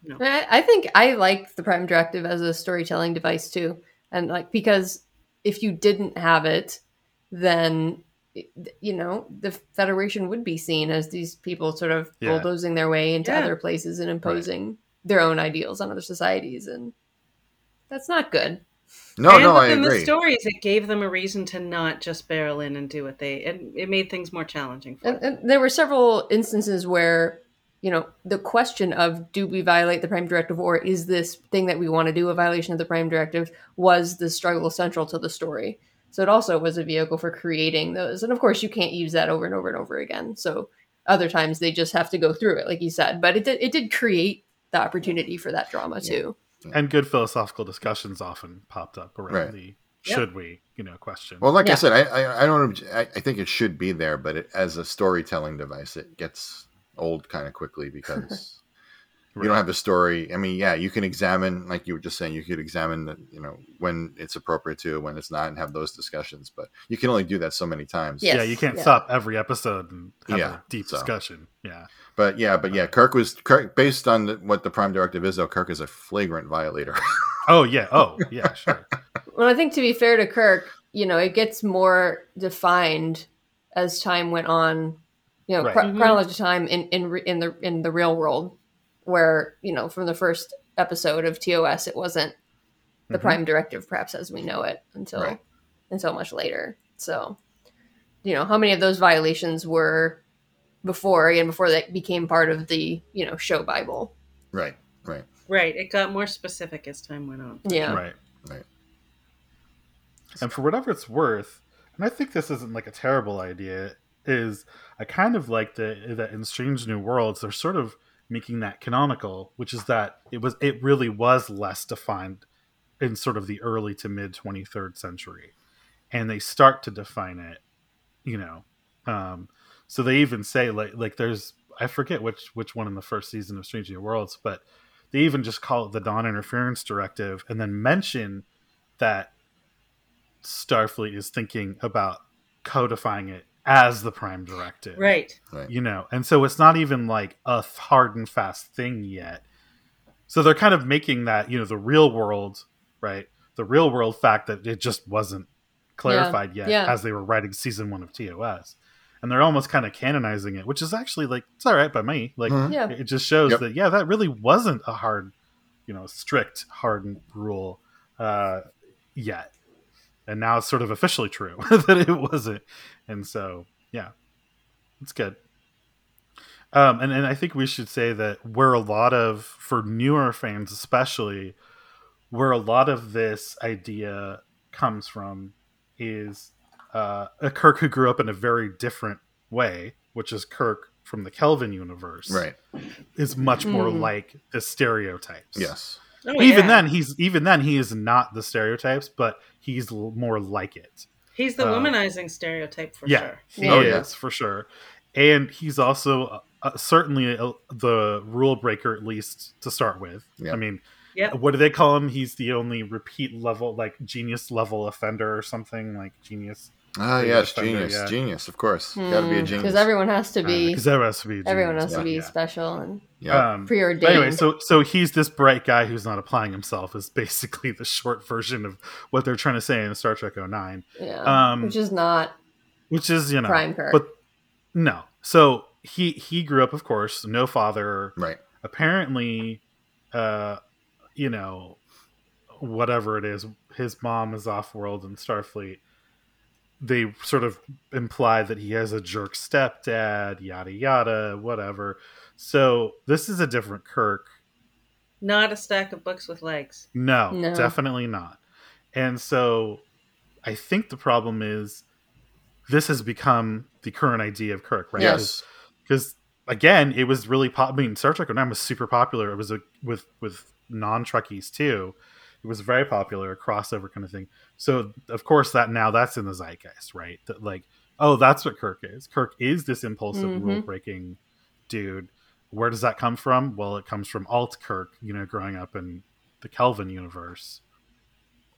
And I, I think I liked the Prime Directive as a storytelling device too, and like because if you didn't have it, then you know the Federation would be seen as these people sort of
Yeah.
bulldozing their way into
Yeah.
other places and imposing their own ideals on other societies, and that's not good.
No,
and
no, I
within
agree.
the stories, it gave them a reason to not just barrel in and do what they. And it made things more challenging for
And,
them.
and there were several instances where, you know, the question of do we violate the Prime Directive or is this thing that we want to do a violation of the Prime Directive was the struggle central to the story. So it also was a vehicle for creating those. And of course, you can't use that over and over and over again. So other times they just have to go through it, like you said. But it did, it did create the opportunity for that drama too.
And good philosophical discussions often popped up around
Right.
the
Yep.
should we, you know, question.
Well, like I
Yeah.
said, I, I I don't obj- I, I think it should be there, but it, as a storytelling device, it gets old kind of quickly because you don't
Right.
have a story. I mean, yeah, you can examine, like you were just saying, you could examine the you know when it's appropriate to, when it's not, and have those discussions. But you can only do that so many times.
Yes.
yeah, you can't
yeah.
stop every episode and have
Yeah,
a deep
so.
discussion. Yeah.
But yeah, but yeah, Kirk was Kirk based on the, what the Prime Directive is, though. Kirk is a flagrant violator.
Oh yeah. Oh yeah. Sure.
Well, I think to be fair to Kirk, you know, it gets more defined as time went on. You know,
Right.
chro-
Mhm.
chronology time in in re- in the in the real world, where you know from the first episode of TOS, it wasn't the
Mhm.
Prime Directive, perhaps as we know it, until
Mm-hmm. Right.
until much later. So, you know, how many of those violations were before and before that became part of the you know show Bible?
right, right.
Right. It got more specific as time went on.
Yeah,
Right.
Right.
And for whatever it's worth, and I think this isn't like a terrible idea, is I kind of like that that in Strange New Worlds they're sort of making that canonical, which is that it was it really was less defined in sort of the early to mid 23rd century, and they start to define it, you know. Um, so they even say like like there's I forget which which one in the first season of Strange New Worlds, but they even just call it the Dawn Interference Directive, and then mention that Starfleet is thinking about codifying it as the Prime Directive,
Right.
You know, and so it's not even like a th- hard and fast thing yet. So they're kind of making that you know the real world, right? The real world fact that it just wasn't clarified yet
yeah.
as they were writing season one of TOS. And they're almost kind of canonizing it, which is actually like it's all right by me. Like
Mhm.
yeah.
it just shows
Yep.
that yeah that really wasn't a hard you know strict hardened rule uh yet and now it's sort of officially true that it wasn't and so yeah it's good um and, and i think we should say that we're a lot of for newer fans especially where a lot of this idea comes from is uh, a kirk who grew up in a very different way which is kirk from the kelvin universe
Right.
is much more
Mm.
like the stereotypes.
Yes.
Oh,
Even
yeah.
then, he's even then he is not the stereotypes, but he's l- more like it.
He's the
Uh,
womanizing stereotype for
yeah,
sure.
he
Yeah.
Oh,
is
yeah.
for sure, and he's also uh, uh, certainly uh the rule breaker at least to start with.
Yeah.
I mean, uh,
Yep.
what do they call him? He's the only repeat level, like genius level offender or something like genius.
Ah,
Big
yes,
offender,
genius,
yeah.
genius, of course. Got to be a genius.
Because Hmm. everyone has to be
Because Uh, everyone has to be. a
everyone
genius,
has to
yeah,
be
yeah.
special and
yeah,
Um,
preordained.
But anyway, so so he's this bright guy who's not applying himself is basically the short version of what they're trying to say in Star Trek 09,
yeah,
um,
which is not
which is you know,
prime Kirk.
but no. So he he grew up, of course, no father.
right.
Apparently, uh, you know, whatever it is, his mom is off world in Starfleet. They sort of imply that he has a jerk stepdad, yada yada, whatever. So this is a different Kirk.
Not a stack of books with legs.
No,
No.
definitely not. And so I think the problem is this has become the current idea of Kirk, right?
Yes.
Because again, it was really pop. I mean, Star Trek 09 was super popular. It was a, with with non Trekkies too. It was very popular, a crossover kind of thing. So of course that now that's in the zeitgeist, right? That like, oh, that's what Kirk is. Kirk is this impulsive
Mhm.
rule breaking dude. Where does that come from? Well, it comes from Alt Kirk, you know, growing up in the Kelvin universe.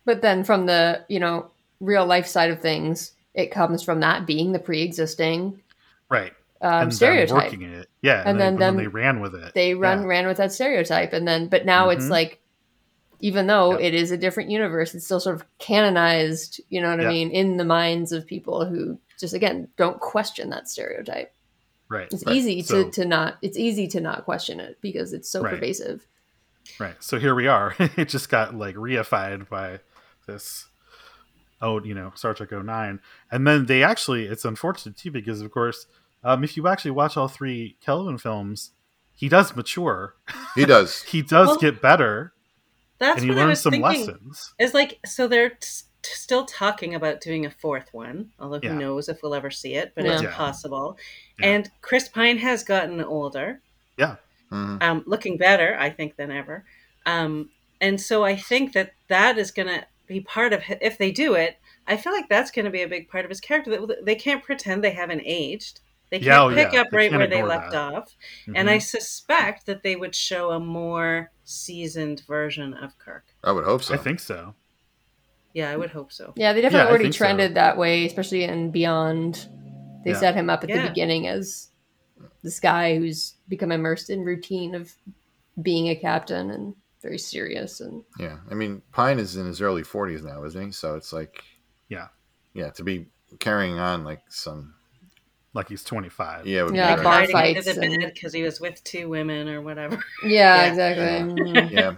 But then from the, you know, real life side of things, it comes from that being the pre existing
Right.
um,
then
stereotype.
working it. Yeah. And,
And
then,
then
and
them-
they ran with it.
They run
Yeah.
ran with that stereotype and then but now it's
Mhm.
like even though
Yep.
it is a different universe, it's still sort of canonized, you know what I
Yep.
mean, in the minds of people who just again don't question that stereotype.
Right.
It's
Right.
easy
So-
to, to not it's easy to not question it because it's so
Right.
pervasive.
Right. So here we are. it just got like reified by this oh, you know, Star Trek 09. And then they actually it's unfortunate too because of course, um, if you actually watch all three Kelvin films, he does mature.
He does.
He does
Well,
get better
That's
and he
what I
learns
was
some
thinking.
lessons.
It's like so they're t- t- still talking about doing a fourth one, although who
Yeah.
knows if we'll ever see it, but
Yeah.
it's
Yeah.
possible.
Yeah.
And Chris Pine has gotten older,
Mhm.
um, looking better, I think, than ever. Um, and so I think that that is going to be part of hi- if they do it. I feel like that's going to be a big part of his character. That they can't pretend they haven't aged. They can't
Yeah, oh,
pick
yeah.
up
They
right
can't
where they
ignore
left
that. Mm-hmm.
off. And I suspect that they would show a more seasoned version of Kirk.
I would hope so.
I think so.
Yeah, I would hope so.
Yeah, they
Yeah,
definitely
I
already
think so.
trended that way, especially in Beyond. They
Yeah.
set him up at
Yeah.
the beginning as this guy who's become immersed in routine of being a captain and very serious and
Yeah. I mean, Pine is in his early 40s now, isn't he? So it's like,
Yeah.
yeah, to be carrying on like some,
Like he's 25.
yeah, would be
Yeah,
very-
bar
Hiding under
fights
the
and-
bed because he was with two women or whatever.
yeah,
Yeah.
exactly Mm.
yeah.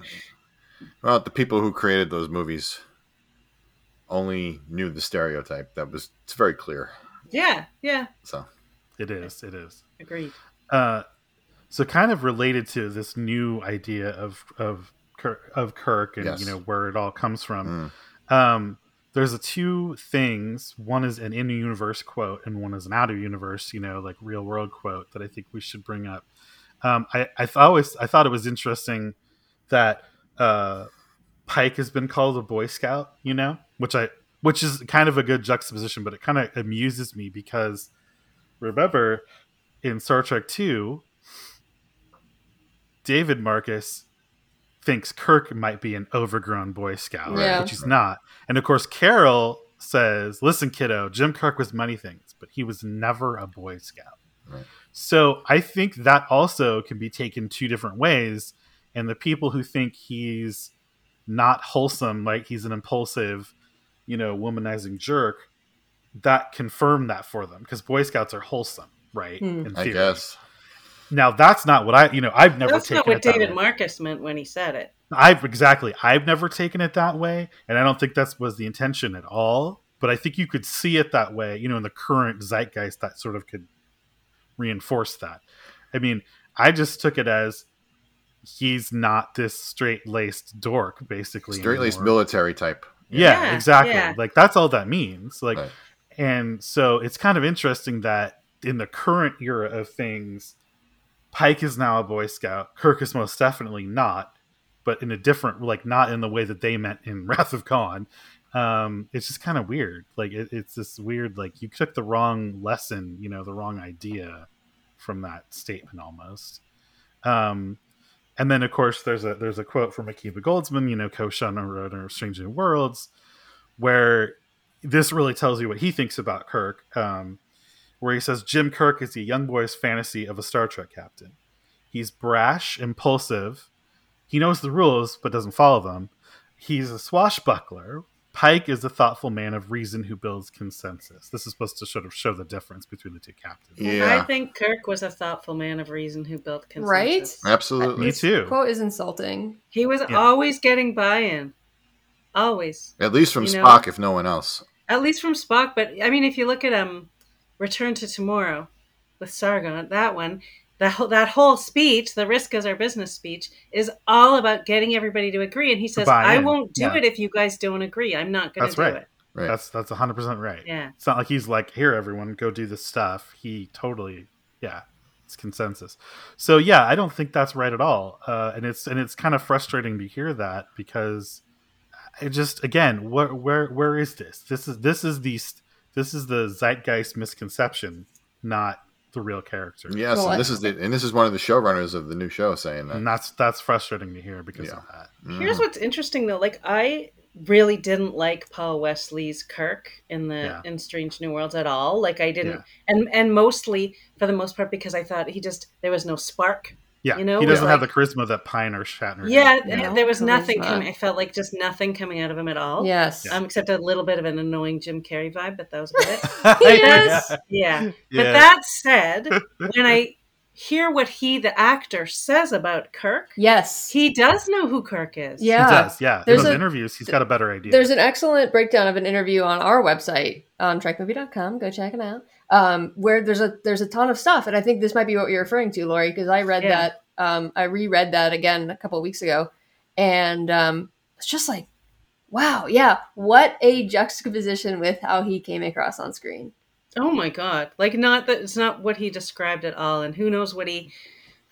Well, the people who created those movies only knew the stereotype. That was it's very clear.
Yeah, yeah,
So
It is. It is.
agreed.
Uh, so kind of related to this new idea of of Kirk, of Kirk and
Yes. Mm-hmm.
you know where it all comes
Hmm,
from. Um, there's a two things. One is an in universe quote, and one is an out of universe, you know, like real world quote that I think we should bring up. Um, I I th- always I thought it was interesting that uh, Pike has been called a Boy Scout, you know, which I which is kind of a good juxtaposition, but it kind of amuses me because remember in Star Trek 2, David Marcus thinks Kirk might be an overgrown Boy Scout,
Yeah.
which he's not. And of course, Carol says, Listen, kiddo, Jim Kirk was many things, but he was never a Boy Scout.
Right.
So I think that also can be taken two different ways. And the people who think he's not wholesome, like he's an impulsive, you know, womanizing jerk, that confirm that for them because Boy Scouts are wholesome, right?
Hmm.
In
I
theory.
guess
Now that's not what I, you know, I've never
That's
taken
not what
it that
David
way.
Marcus meant when he said it.
I've exactly, I've never taken it that way, and I don't think that was the intention at all. But I think you could see it that way, you know, in the current zeitgeist, that sort of could reinforce that. I mean, I just took it as he's not this straight laced dork, basically.
straight laced
anymore.
military type.
Yeah,
Yeah,
exactly.
yeah.
Like that's all that means. Like
Right.
and so it's kind of interesting that in the current era of things, Pike is now a Boy Scout. Kirk is most definitely not, but in a different like not in the way that they meant in Wrath of Khan. um, it's just kind of weird. Like it, it's this weird, like you took the wrong lesson, you know, the wrong idea from that statement almost. Um, and then of course there's a there's a quote from Akiva Goldsman, you know, co-shun on Road or Strange New Worlds, where this really tells you what he thinks about Kirk. Um, where he says Jim Kirk is a young boy's fantasy of a Star Trek captain. He's brash, impulsive. He knows the rules but doesn't follow them. He's a swashbuckler. Pike is a thoughtful man of reason who builds consensus. This is supposed to sort of show the difference between the two captains.
Yeah.
I think Kirk was a thoughtful man of reason who built consensus.
Right?
Absolutely.
Me too.
Mm-hmm. Quote is insulting.
He was
Yeah.
always getting buy-in. Always.
At least from
You know-
Spock, if no one else.
At least from Spock, but I mean if you look at um Return to Tomorrow with Sargon, that one, that whole, that whole speech, the risk is our business speech, is all about getting everybody to agree and he says, "I
buy-in,
won't do
yeah.
it if you guys don't agree. I'm not going to
That's
do
right.
it."
Right.
That's that's 100% right.
Yeah.
It's not like he's like, here, everyone, go do this stuff. He totally, yeah, it's consensus. So yeah, I don't think that's right at all, uh, and it's and it's kind of frustrating to hear that because it just again, where where where is this? This is this is the this is the zeitgeist misconception, not the real character.
Yes,
Well, I-
and this is the, and this is one of the showrunners of the new show saying that.
and that's that's frustrating to hear because
Yeah.
of that.
Here's
Mhm.
what's interesting though. Like I really didn't like Paul Wesley's Kirk in the
Yeah.
in Strange New Worlds at all. Like I didn't
Yeah.
and and mostly for the most part because I thought he just there was no spark.
Yeah,
You know,
he doesn't
like-
have the charisma that Pine or Shatner.
Yeah,
did, you know?
and there was
Charisma.
nothing coming. I felt like just nothing coming out of him at all.
Yes.
Um, except a little bit of an annoying Jim Carrey vibe, but that was about it.
Yes.
Yeah.
Yeah.
But that said, when I hear what he, the actor, says about Kirk,
Yes.
he does know who Kirk is.
yeah.
He does, yeah.
There's
in those
a-
interviews, he's got a better idea.
There's an excellent breakdown of an interview on our website um, on trackmovie.com. Go check it out. Um, where there's a there's a ton of stuff, and I think this might be what you're referring to, Lori, because I read
Yeah.
that um, I reread that again a couple of weeks ago, and um, it's just like, wow, yeah, what a juxtaposition with how he came across on screen.
Oh my god! Like not that it's not what he described at all, and who knows what he?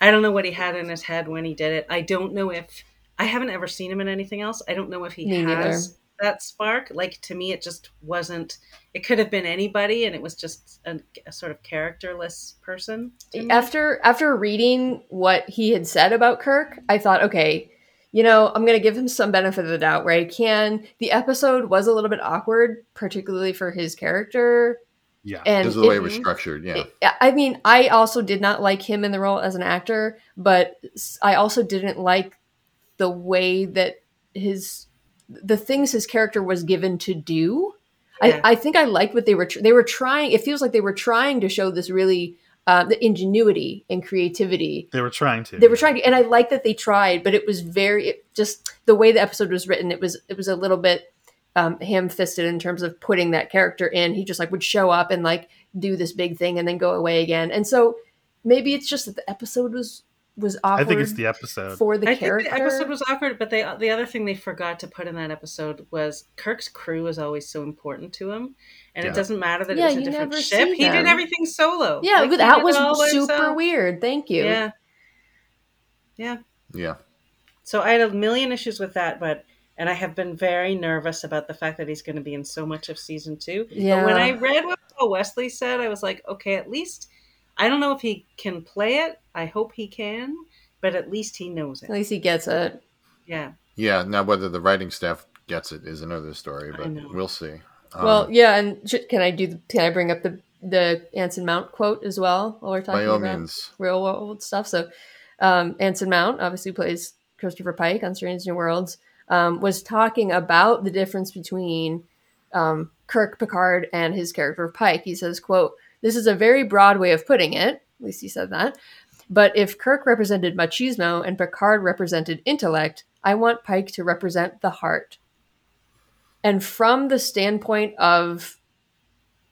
I don't know what he had in his head when he did it. I don't know if I haven't ever seen him in anything else. I don't know if he
Me
has that spark. Like to me, it just wasn't. It could have been anybody, and it was just a, a sort of characterless person. to me.
after after reading what he had said about Kirk, I thought, okay, you know, I'm gonna give him some benefit of the doubt where I can. The episode was a little bit awkward, particularly for his character,
yeah.
and
This is the way
it-
it was structured. Yeah.
I- I mean, I also did not like him in the role as an actor, but s- I also didn't like the way that his the things his character was given to do.
Yeah.
I, I think I liked what they were tr- they were trying. It feels like they were trying to show this really uh, the ingenuity and creativity
They were trying to.
they were trying to and i like that they tried but it was very it just the way the episode was written it was it was a little bit um, ham-fisted in terms of putting that character in he just like would show up and like do this big thing and then go away again and so maybe it's just that the episode was was
I
awkward
think it's the episode.
for the
I
character
think the episode was awkward, but they the other thing they forgot to put in that episode was Kirk's crew is always so important to him, and
Yeah.
it doesn't matter that
Yeah,
it
you
was a different
never
ship.
see
He
them.
did everything solo.
yeah
Like, he
but that
did
was
it all by
super
himself.
weird thank you
Yeah,
Yeah.
so I had a million issues with that, but and I have been very nervous about the fact that he's going to be in so much of season two.
yeah
But when I read what Paul Wesley said, I was like, okay, at least I don't know if he can play it. I hope he can, but at least he knows
at
it.
least he gets it
Yeah,
Yeah. Now, whether the writing staff gets it is another story,
I
but
know.
we'll see. Um,
well yeah and sh- can i do the, can i bring up the the anson mount quote as well while we're talking
by all
about
means.
real world stuff. So, um, Anson Mount obviously plays Christopher Pike on Strange New Worlds. Um, was talking about the difference between um, Kirk Picard and his character of Pike. He says, "quote This is a very broad way of putting it." At least he said that. But if Kirk represented machismo and Picard represented intellect, I want Pike to represent the heart. And from the standpoint of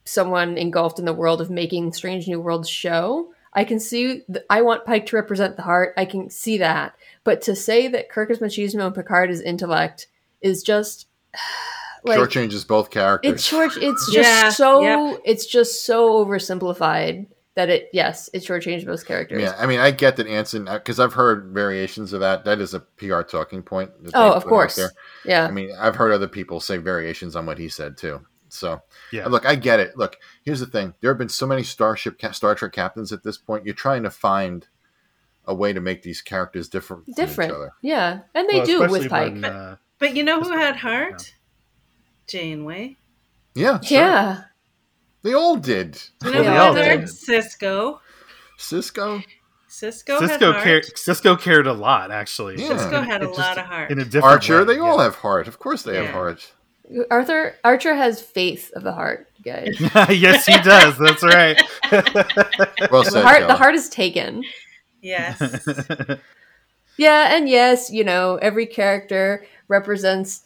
someone engulfed in the world of making Strange New Worlds show, I can see, th- I want Pike to represent the heart. I can see that. But to say that Kirk is machismo and Picard is intellect is just like.
Shortchanges both characters.
It's short. It's just
Yeah,
so.
yep.
It's just so oversimplified that it yes it shortchanged most characters.
Yeah, I mean, I get that Anson because I've heard variations of that. That is a PR talking point. that they
oh,
put
of
out
course.
there.
Yeah.
I mean, I've heard other people say variations on what he said too. So, uh,
Yeah.
look, I get it. Look, here's the thing: there have been so many starship ca- Star Trek captains at this point. You're trying to find a way to make these characters different, from
different.
each other.
Yeah, and they
Well,
do
especially
with Pike.
when, uh,
But you know
Just
who
the-
had heart? Janeway.
Yeah, sure.
yeah,
they all did.
You
Well,
know
they
who
all
had heart?
did.
Cisco.
Cisco,
Cisco.
Cisco,
had heart.
cared, Cisco cared a lot, actually.
Yeah.
Cisco had
It
a
just-
lot of heart.
In a different
Archer,
way,
they all
yeah.
have heart. Of course, they
Yeah.
have heart.
Arthur Archer has faith of the heart, you guys.
yes, he does. That's right.
Well
The
said,
heart, the
Kelly.
heart is taken.
yes. Um,
Yeah, and yes, you know, every character represents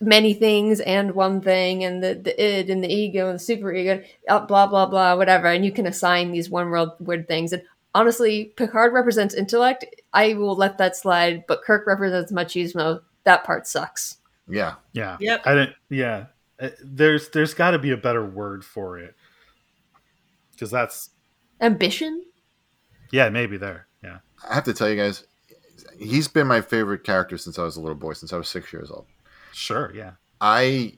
many things and one thing, and the, the id and the ego and the superego, uh, blah, blah, blah, whatever. And you can assign these one world word things. And honestly, Picard represents intellect. I will let that slide, but Kirk represents machismo. That part sucks.
Yeah,
yeah.
Yep.
I didn't. Yeah. Uh, There's there's got to be a better word for it because that's
Ambition?
yeah maybe there yeah
I have to tell you guys, he's been my favorite character since I was a little boy, since I was six years old.
sure yeah
I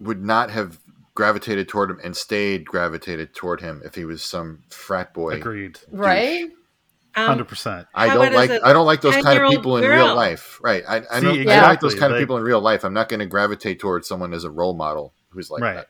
would not have gravitated toward him and stayed gravitated toward him if he was some frat boy.
agreed
Right?
Um,
hundred percent
I
How
don't
about
like
as a
I don't like those kind of
10-year-old
people in
girl?
real life. Right. I, I don't
See,
I like
exactly,
those kind
like-
of people in real life. I'm not going to gravitate toward someone as a role model who's like
Right.
that.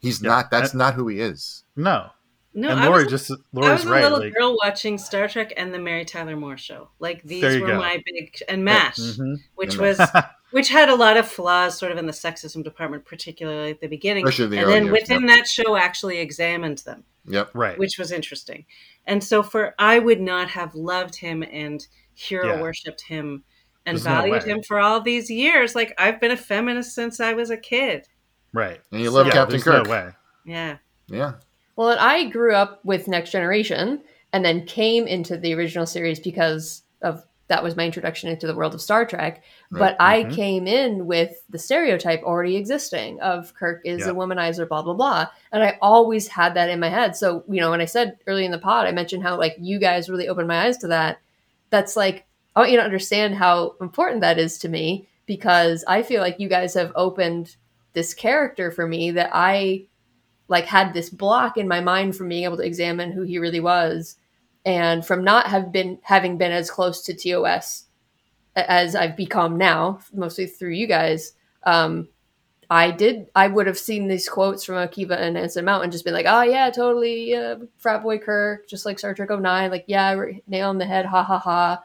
He's
Yeah,
not that's
that-
not who he is.
no
no,
and
I
Laura
was,
just
I was
Laura's
a
right
little
like
girl watching Star Trek and the Mary Tyler Moore show. Like these
There you
were
go.
my big and Mash,
Mhm.
which
And
was which had a lot of flaws, sort of in the sexism department, particularly at the beginning.
Especially the
and
early
then
years,
within that show, actually examined them.
Yep.
right
which was interesting. And so for I would not have loved him and hero
Yeah.
worshipped him and
There's no
valued
way.
him for all these years. Like I've been a feminist since I was a kid.
right
And you love
yeah,
Captain
there's
Kirk.
no way
Yeah.
Yeah.
Well, and I grew up with Next Generation and then came into the original series because of that was my introduction into the world of Star Trek. But I
Mhm.
came in with the stereotype already existing of Kirk is
Yeah.
a womanizer, blah, blah, blah. And I always had that in my head. So, you know, when I said early in the pod, I mentioned how like you guys really opened my eyes to that. That's like, I want you to understand how important that is to me because I feel like you guys have opened this character for me that I like had this block in my mind from being able to examine who he really was and from not have been having been as close to TOS a- as I've become now mostly through you guys um I did I would have seen these quotes from Akiva and Anson Mount and just been like oh yeah totally uh, frat boy Kirk just like Star Trek 09 like yeah r- nail on the head ha ha ha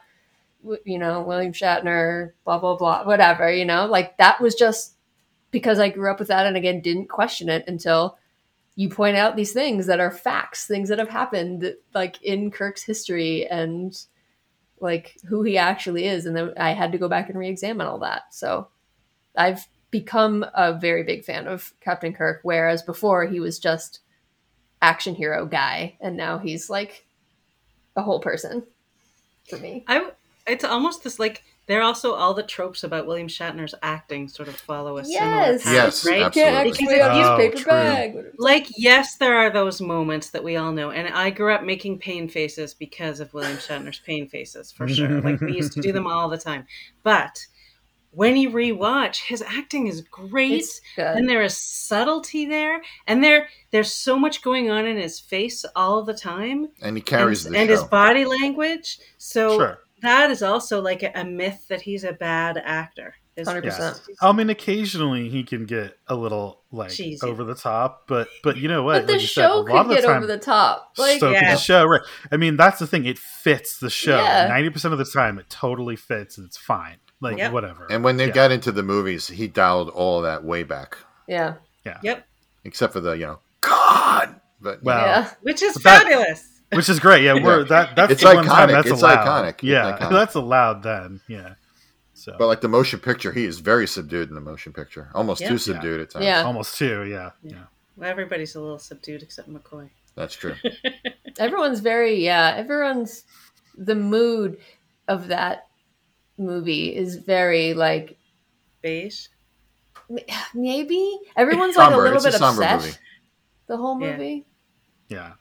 W- you know William Shatner blah blah blah whatever you know like that was just because I grew up with that and again didn't question it until you point out these things that are facts, things that have happened, like in Kirk's history and like who he actually is. And then I had to go back and re examine all that. So I've become a very big fan of Captain Kirk, whereas before he was just action hero guy. And now he's like a whole person for me.
I it's almost this like they're also all the tropes about William Shatner's acting sort of follow a similar
Yes.
path,
Yes,
right?
absolutely.
Yeah,
Because
actually, uh,
if
use
you-
paper
Oh, true.
bag.
Like yes, there are those moments that we all know, and I grew up making pain faces because of William Shatner's pain faces for sure. Like we used to do them all the time. But when you rewatch, his acting is great
It's uh, good.
and there is subtlety there and there there's so much going on in his face all the time
And he carries
and,
the
and
show.
his body language so
sure
that is also like a, a myth that he's a bad actor Is-
100%.
yeah I mean occasionally he can get a little like
Cheesy.
over the top but but you know what
but the
like you said, a
show
lot
could
of the
get
time-
over the top. Like,
so could
Yeah.
the show right I mean that's the thing it fits the show
Yeah.
ninety percent of the time it totally fits and it's fine like
Yep.
whatever
and when they
Yeah.
got into the movies, he dialed all that way back.
yeah.
yep
Except for the, you know, God. But
Well,
Yeah.
which is
But that-
fabulous
which is great. Yeah, we're that that's
It's
the one time
iconic.
that's
It's
allowed.
iconic. It's
Yeah,
iconic.
that's allowed then. Yeah, so
but like the motion picture, he is very subdued in the motion picture. Almost
Yeah.
too subdued at times.
Yeah.
almost two. Yeah,
Yeah.
yeah,
well, everybody's a little subdued except mccoy
That's true.
everyone's very yeah everyone's the mood of that movie is very like
beige
maybe everyone's like a
Somber.
little
It's a
bit
somber
obsessed
movie.
the whole
Yeah.
movie
yeah.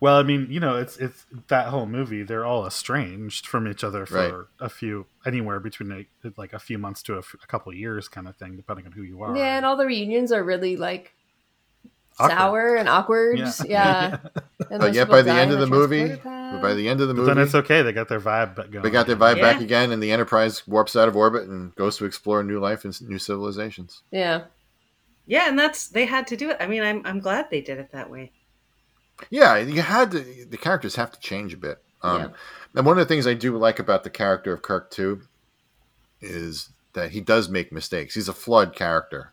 Well, I mean, you know, it's it's that whole movie. They're all estranged from each other for
Right.
a few, anywhere between a, like a few months to a, f- a couple years, kind of thing, depending on who you are.
Yeah, and all the reunions are really like
Awkward.
sour and awkward. Yeah. And
But
those
yet
people
by the
die
end
in
of the movie,
transporter
by the end of the
but then it's
movie,
okay. They got their vibe back going.
they got their vibe back
Yeah.
again, and the Enterprise warps out of orbit and goes to explore new life and s- new civilizations.
pad. Yeah.
Yeah, and that's they had to do it. I mean, I'm I'm glad they did it that way.
Yeah, you had to, the characters have to change a bit. Um,
Yeah.
And one of the things I do like about the character of Kirk too is that he does make mistakes. He's a flawed character.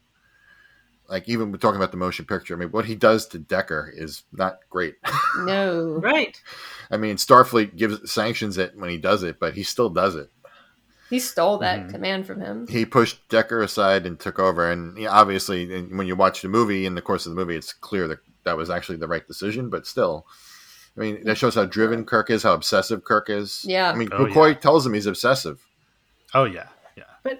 Like even we're talking about the motion picture. I mean, what he does to Decker is not great.
No.
Right.
I mean, Starfleet gives sanctions it when he does it, but he still does it.
He stole that
Mhm.
command from him.
Mm-hmm. He pushed Decker aside and took over. And yeah, obviously, and when you watch the movie in the course of the movie, it's clear that that was actually the right decision. But still, I mean, that shows how driven Kirk is, how obsessive Kirk is.
Yeah.
I mean,
Oh,
McCoy
yeah.
tells him he's obsessive.
Oh yeah, yeah.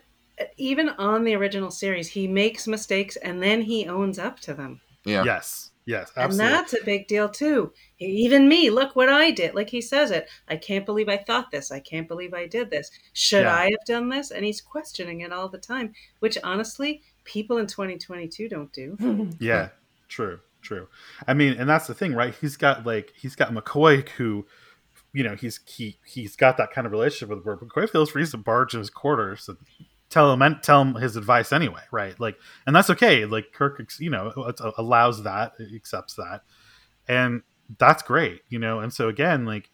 Even on the original series, he makes mistakes and then he owns up to them.
Yeah.
Yes, yes, absolutely.
And that's a big deal too. Even me, look what I did. Like he says it. I can't believe I thought this. I can't believe I did this. Should
Yeah.
I have done this? And he's questioning it all the time, which honestly, people in 2022 don't do.
Yeah, true, true. I mean, and that's the thing, right? He's got like he's got McCoy who, you know, he's he he's got that kind of relationship with where McCoy feels free to barge in his quarters and tell him and tell him his advice anyway, right? Like, and that's okay. Like Kirk, ex- you know, a- allows that, accepts that, and that's great, you know. And so again, like,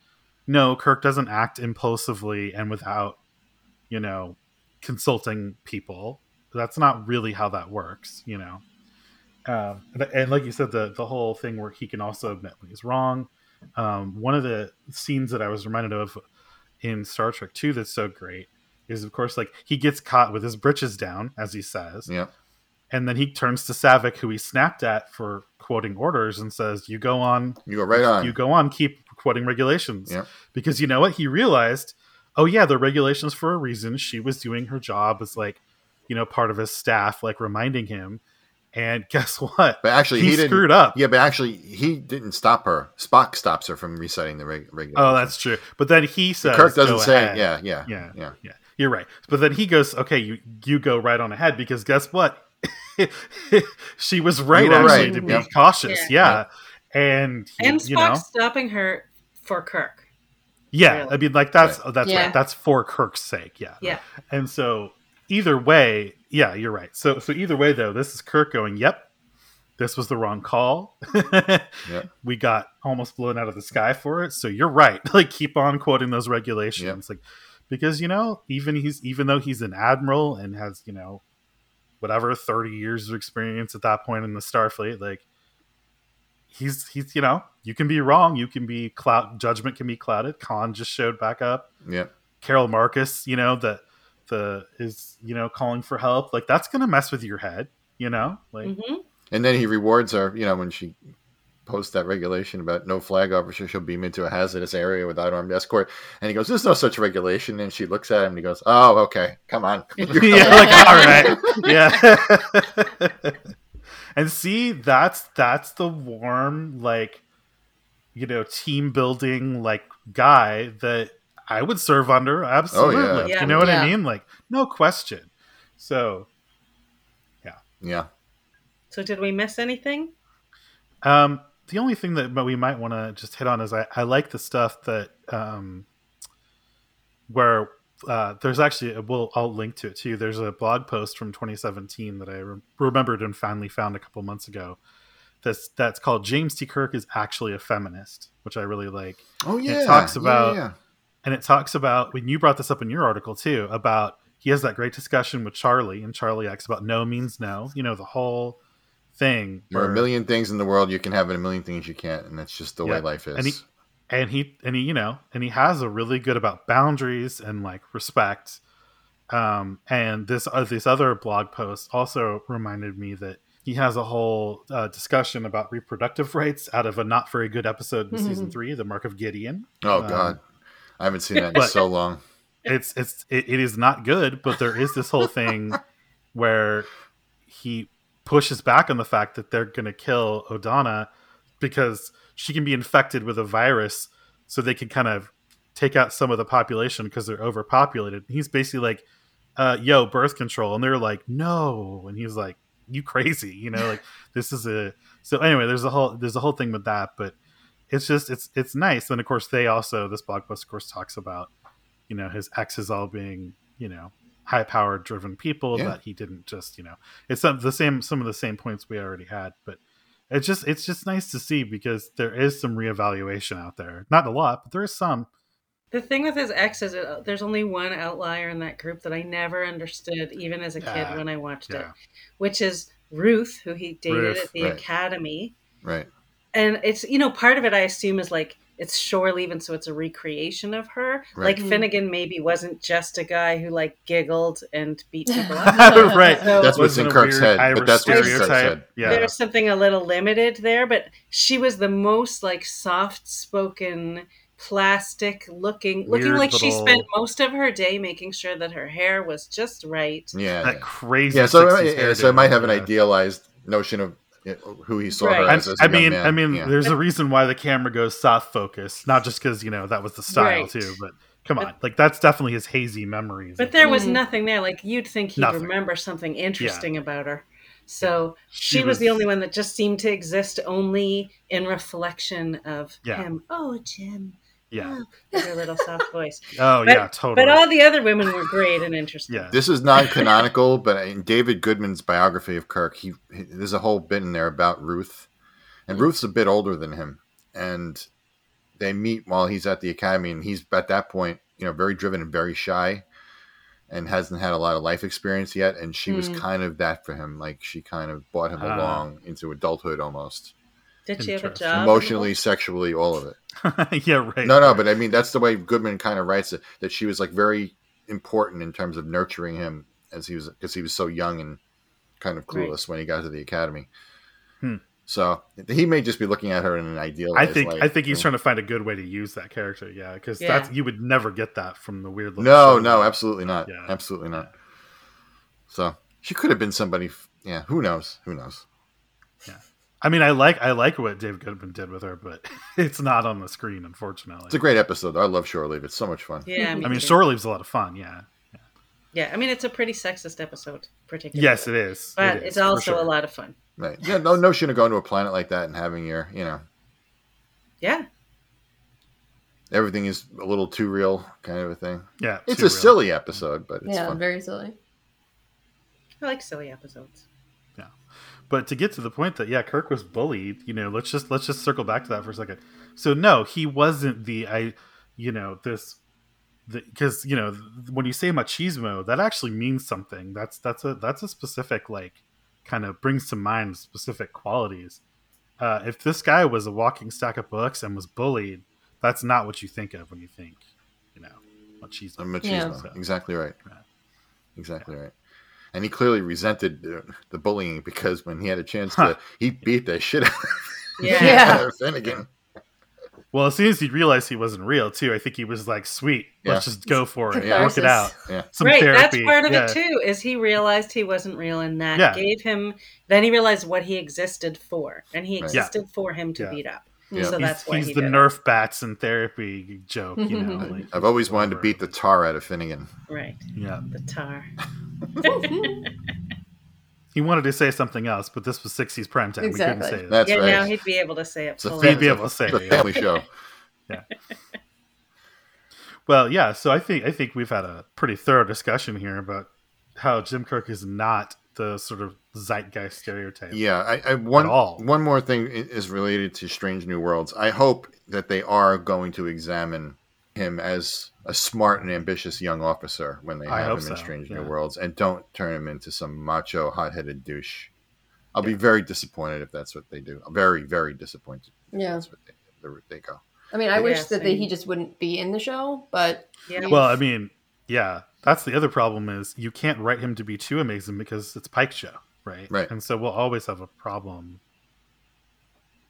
no, Kirk doesn't act impulsively and without, you know, consulting people. That's not really how that works, you know um, and, and like you said, the the whole thing where he can also admit when he's wrong. Um, one of the scenes that I was reminded of in Star Trek Two that's so great is, of course, like he gets caught with his britches down, as he says,
Yeah.
and then he turns to Savick, who he snapped at for quoting orders, and says, "You go on,
You go right on.
you go on, keep quoting regulations."
Yeah.
Because you know what? He realized, oh yeah, the regulations for a reason. She was doing her job as like, you know, part of his staff, like reminding him. And guess what?
but actually,
he,
he, didn't.
screwed up.
Yeah, but actually, he didn't stop her. Spock stops her from resetting the reg- regular.
Oh, that's true. But then he says,
Kirk doesn't
"Go
say.
ahead."
it. Yeah, yeah,
yeah,
yeah.
yeah. You're right. But then he goes, "Okay, you you go right on ahead because guess what? she was right
were
actually
right.
to be
Yeah.
cautious. Yeah,
Yeah.
and he-
And
you know,
Spock's stopping her for Kirk.
yeah. I
really.
mean, like that's oh, that's
Yeah.
right. That's for Kirk's sake. Yeah,
Yeah.
And so either way, yeah, you're right. So so either way though, this is Kirk going, "Yep, this was the wrong call. We got almost blown out of the sky for it. So you're right. Like keep on quoting those regulations. Like because you know, even he's even though he's an admiral and has, you know, whatever 30 years of experience at that point in the Starfleet, like he's he's you know, you can be wrong, you can be cloud judgment can be clouded. Khan just showed back up.
yeah.
Carol Marcus, you know, that the is, you know, calling for help, like that's gonna mess with your head, you know? Like
hmm
And then he rewards her. You know, when she posts that regulation about no flag officer shall beam into a hazardous area without armed escort, and he goes, "There's no such regulation." And she looks at him and he goes, "Oh, okay, come on."
yeah, like uh, all right. Yeah. and see, that's that's the warm, like, you know, team building like guy that I would serve under. Absolutely.
Yeah.
You know what I
Yeah.
mean? Like, no question. So
yeah.
So did we miss anything?
Um, the only thing that but we might want to just hit on is I, I like the stuff that um, where uh, there's actually we'll I'll link to it too. There's a blog post from 2017 that I re- remembered and finally found a couple months ago. That's that's called James T. Kirk is actually a feminist, which I really like
Oh yeah.
talks
Yeah,
about-
yeah,
and it talks about when you brought this up in your article too about he has that great discussion with Charlie and Charlie acts about no means no, you know the whole thing.
There are a
where-
million things in the world you can have, and a million things you can't, and that's just the
Yeah.
way life is.
And he- and he and he you know and he has a really good about boundaries and like respect um and this uh, this other blog post also reminded me that he has a whole uh, discussion about reproductive rights out of a not very good episode in season three the mark of gideon
oh
um,
God, I haven't seen that in
but-
so long.
it's it's it, it is not good but there is this whole thing where he pushes back on the fact that they're going to kill odana because she can be infected with a virus, so they can kind of take out some of the population because they're overpopulated. And he's basically like, uh, "Yo, birth control," and they're like, "No," and he's like, "You crazy?" You know, like this is a so anyway. There's a whole there's a whole thing with that, but it's just it's it's nice. And of course, they also this blog post, of course, talks about you know his exes all being you know high power driven people
Yeah.
that he didn't just you know it's some the same some of the same points we already had, but it's just it's just nice to see because there is some reevaluation out there. Not a lot, but there is some.
The thing with his ex is it, there's only one outlier in that group that I never understood, even as a
Yeah,
kid when I watched it,
Yeah,
which is Ruth, who he dated
Ruth,
at the
right.
academy.
Right.
And it's, you know, part of it I assume is like it's shore leaving, so it's a recreation of her.
Right.
Like
Mhm.
Finnegan maybe wasn't just a guy who like giggled and beat people up.
right.
So-
That's what's
Wasn't
in
a
Kirk's
weird
head, but
Irish
that's what's in Kirk's head.
Yeah,
there's something a little limited there, but she was the most like soft spoken, plastic looking, looking
Weird
like she
little-
spent most of her day making sure that her hair was just
Mm-hmm.
right.
Yeah.
that crazy.
yeah, so, I
60s
might- yeah, so I
hairdo,
might have an
yeah.
idealized notion of you know, who he saw her
Right.
as.
I,
as a
I
young
mean,
man.
I mean,
Yeah.
there's a reason why the camera goes soft focus, not just because you know that was the style
Right.
too. But come
But-
on, like that's definitely his hazy memories.
But there was
Mhm.
nothing there. Like you'd think he'd
Nothing.
remember something interesting about her. So
She
she, was, the
was-
only one that just seemed to exist only in reflection of
Yeah.
him. Oh, Jim.
yeah,
With her little soft voice.
oh
But-
yeah, totally.
But all the other women were great and interesting.
yeah,
This is non-canonical, but in David Goodman's biography of Kirk, he, he there's a whole bit in there about Ruth, and Ruth's a bit older than him, and they meet while he's at the academy, and he's at that point, you know, very driven and very shy, and hasn't had a lot of life experience yet, and she was
Mm.
kind of that for him, like she kind of brought him
Ah.
along into adulthood almost,
Did she have a
Interesting.
job?
emotionally, sexually, all of it.
yeah, right.
No, no, but I mean that's the way Goodman kind of writes it. That she was like very important in terms of nurturing him as he was because he was so young and kind of
Right.
clueless when he got to the academy.
Hmm.
So he may just be looking at her in an Hmm. ideal.
I think I think he's trying to find a good way to use that character. Yeah, because
Yeah.
that's you would never get that from the weird. Little
No,
show.
no, absolutely not.
Yeah.
Absolutely not. So she could have been somebody. f- Yeah, who knows? Who knows?
I mean, I like I like what Dave Goodman did with her, but it's not on the screen, unfortunately.
It's a great episode. though. I love Shore Leave. It's so much fun.
Yeah,
I mean,
too.
Shore Leave's a lot of fun. Yeah.
Yeah, I mean, it's a pretty sexist episode, particularly.
Yes, it is. It
but
is,
it's
for
also
sure.
a lot of fun.
Right? Yeah. No notion of going to a planet like that and having your, you know,
Yeah,
everything is a little too real, kind of a thing.
Yeah,
It's
too
a
real.
silly episode, but it's
yeah,
fun.
very silly.
I like silly episodes.
But to get to the point that yeah, Kirk was bullied. You know, let's just let's just circle back to that for a second. So no, he wasn't the I. You know this, because you know th- when you say machismo, that actually means something. That's that's a that's a specific like kind of brings to mind specific qualities. Uh, if this guy was a walking stack of books and was bullied, that's not what you think of when you think, you know,
A
machismo.
machismo.
Yeah.
Exactly right.
Yeah.
Exactly right. And he clearly resented the, the bullying because when he had a chance
Huh.
to, he beat the shit out
Yeah.
Yeah.
of Finnegan.
Well, as soon as he realized he wasn't real, too, I think he was like, "Sweet, let's just go for it,
Yeah.
work it out."
Yeah.
Some
right,
therapy,
that's part of
yeah.
it too. Is he realized he wasn't real, and that
Yeah.
gave him. Then he realized what he existed for, and he
Right.
Yeah.
existed for him to
Yeah.
beat up.
Yeah.
So
he's,
that's why
he's
he
the
did it.
Nerf bats in therapy joke, you know. like,
I've always wanted to
whatever.
beat the tar out of Finnegan.
Right,
Yeah,
the tar.
he wanted to say something else, but this was '60s prime time. We
Exactly.
couldn't say that.
That's
yeah, now
right.
he'd be able to say it.
It's a,
full
fa-
He'd be
it's a-
able to say
it's a
it, yeah.
family show.
Well, yeah. So I think I think we've had a pretty thorough discussion here about how Jim Kirk is not the sort of zeitgeist stereotype.
Yeah, I, I one
At all.
one more thing i- is related to Strange New Worlds. I hope that they are going to examine him as a smart and ambitious young officer when they
I
have
hope
him in
so,
Strange
yeah.
New Worlds, and don't turn him into some macho, hot-headed douche. I'll be very disappointed if that's what they do. Very, very disappointed. if
Yeah.
that's what they, the route they go.
I mean, I
Yeah,
wish that they,
same.
he just wouldn't be in the show, but
Yeah.
Well, I mean, yeah. That's the other problem is you can't write him to be too amazing because it's Pike show, right?
Right.
And so we'll always have a problem.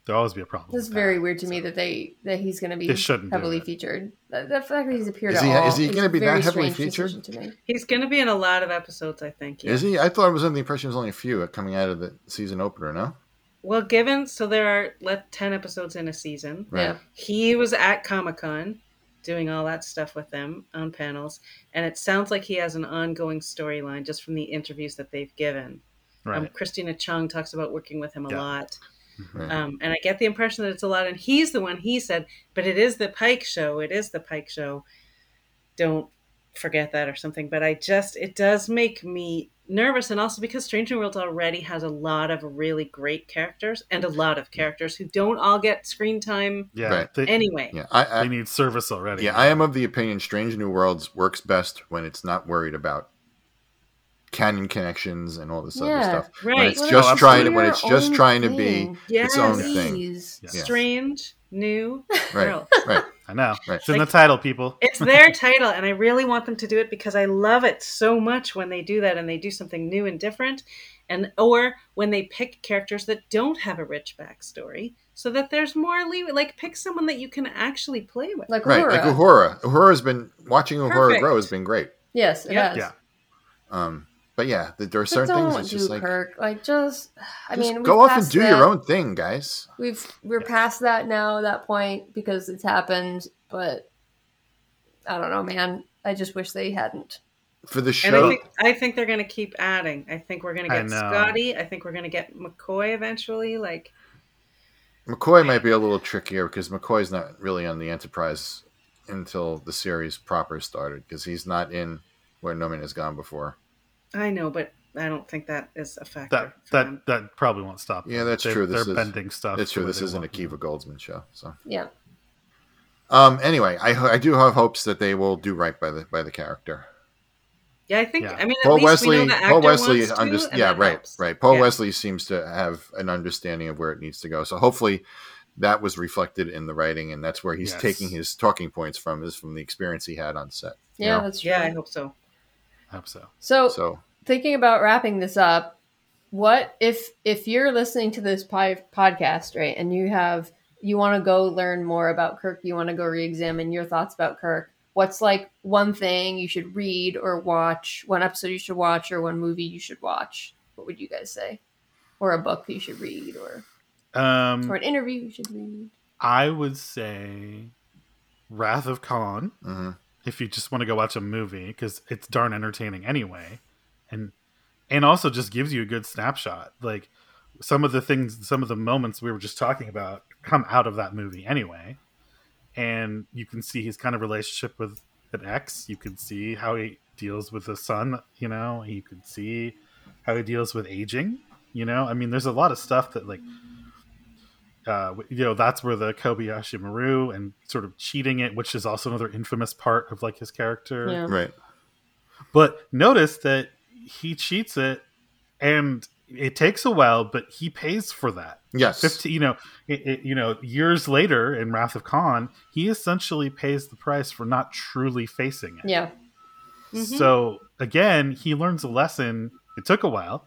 There'll always be a problem.
it's
with
very
that,
weird to me
so.
that they that he's going to be
They shouldn't do
heavily
it.
featured. The, the fact that he's appeared
Is
at
he-
all
is he gonna
a
be that
very
heavily
strange
featured?
decision to me.
he's going to be in a lot of episodes, I think. Yeah.
Is he? I thought I was under the impression it was only a few coming out of the season opener. No,
well, given so there are let ten episodes in a season.
Right.
Yeah.
He was at Comic Con doing all that stuff with them on panels, and it sounds like he has an ongoing storyline just from the interviews that they've given. Um,
right?
Christina Chung talks about working with him a
Yeah.
lot.
Right.
Um, and I get the impression that it's a lot. And he's the one he said, but it is the Pike show. It is the Pike show. Don't forget that or something. But I just, it does make me nervous. And also because Stranger Worlds already has a lot of really great characters and a lot of characters who don't all get screen time
Yeah,
Right.
They,
anyway.
Yeah, I,
they
I
need service already.
yeah, I am of the opinion Strange New Worlds works best when it's not worried about canon connections and all this other
Yeah.
stuff. When
Right.
it's
Let
just
it be
trying to
your
when it's just
own
trying to be
thing.
Yes.
its own thing.
Please.
Yeah.
Strange new
Right.
world.
Right.
I know.
Right.
It's in
Like-
the title, people.
It's their title, and I really want them to do it because I love it so much when they do that and they do something new and different, and or when they pick characters that don't have a rich backstory, so that there's more leeway. Like pick someone that you can actually play with.
Like
Right.
Uhura.
Like Uhura. Uhura's been watching Uhura
Perfect.
grow has been great.
Yes, it
Yeah.
has.
Yeah.
Um but yeah, th- there are
But
certain
don't
things it's just
do
like
Kirk. Like just, I
just
mean,
go
we've
off and
passed
do
that.
your own thing, guys.
We've we're
Yeah.
past that now, that point because it's happened. But I don't know, man. I just wish they hadn't.
For the
And I
show
think I think they're going to keep adding. I think we're going to
I
get
know.
Scotty. I think we're going to get McCoy eventually. Like
McCoy might be a little trickier because McCoy's not really on the Enterprise until the series proper started because he's not in where No Man Has Gone before.
I know, but I don't think that is a factor.
That
for them.
that that probably won't stop. them.
Yeah, that's
They-
true. This
they're
is-
bending stuff.
That's true.
the way
This
they
isn't a
want.
Kiva Goldsman show. So,
Yeah.
um, anyway, I ho- I do have hopes that they will do right by the by the character.
Yeah, I think.
Yeah.
I mean, at
Paul
least
Wesley.
we know the actor
Paul Wesley.
wants to,
unders-
and
yeah,
that
right,
helps.
right. Paul
Yeah.
Wesley seems to have an understanding of where it needs to go. So hopefully, that was reflected in the writing, and that's where he's
Yes.
taking his talking points from is from the experience he had on set. you
Yeah,
know?
that's true.
Yeah, I hope so.
I hope so.
Oh.
so
So
thinking about wrapping this up what if if you're listening to this pi- podcast right and you have you want to go learn more about kirk you want to go re-examine your thoughts about kirk what's like one thing you should read or watch one episode you should watch or one movie you should watch what would you guys say or a book you should read or or
Um,
an interview you should read
I would say Wrath of Khan.
mhm.
if you just want to go watch a movie because it's darn entertaining anyway and and also just gives you a good snapshot like some of the things some of the moments we were just talking about come out of that movie anyway and you can see his kind of relationship with an ex you can see how he deals with the son you know you can see how he deals with aging you know i mean there's a lot of stuff that like uh, you know that's where the Kobayashi Maru and sort of cheating it, which is also another infamous part of like his character.
yeah
right.
But notice that he cheats it, and it takes a while, but he pays for that.
Yes.
Fifteen, you know, it, it, you know, years later in Wrath of Khan, he essentially pays the price for not truly facing it.
yeah
Mm-hmm.
Mhm.
So again, he learns a lesson. It took a while,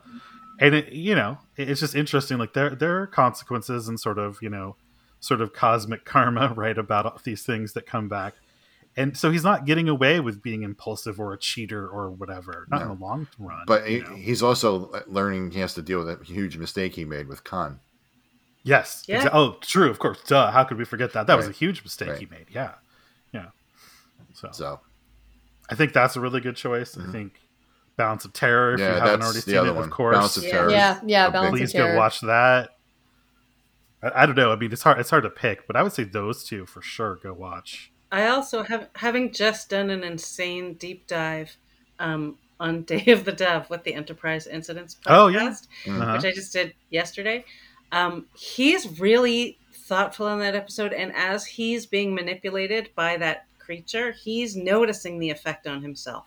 and it you know it- it's just interesting. Like there there are consequences and sort of you know sort of cosmic karma, right? About all these things that come back, and so he's not getting away with being impulsive or a cheater or whatever. Not
No.
in the long run,
But
you
he,
know.
he's also learning he has to deal with a huge mistake he made with Khan.
yes,
Yeah.
exa- oh, true, of course, duh. How could we forget that? That was a
Right.
huge mistake
Right.
he made. Yeah, yeah. So,
So
I think that's a really good choice.
Mhm.
I think Balance of Terror. If
Yeah,
you haven't
that's
already
the
seen
other
it,
one.
of course.
Balance of
Yeah.
Terror.
yeah yeah
a big-
balance of
please
terror
go watch that. I, I don't know. I mean, it's hard. It's hard to pick, but I would say those two for sure. Go watch.
I also have, having just done an insane deep dive um, on Day of the Dove with the Enterprise Incidents podcast,
Oh, yeah.
Mhm.
which I just did yesterday. Um, he's really thoughtful in that episode, and as he's being manipulated by that creature, he's noticing the effect on himself,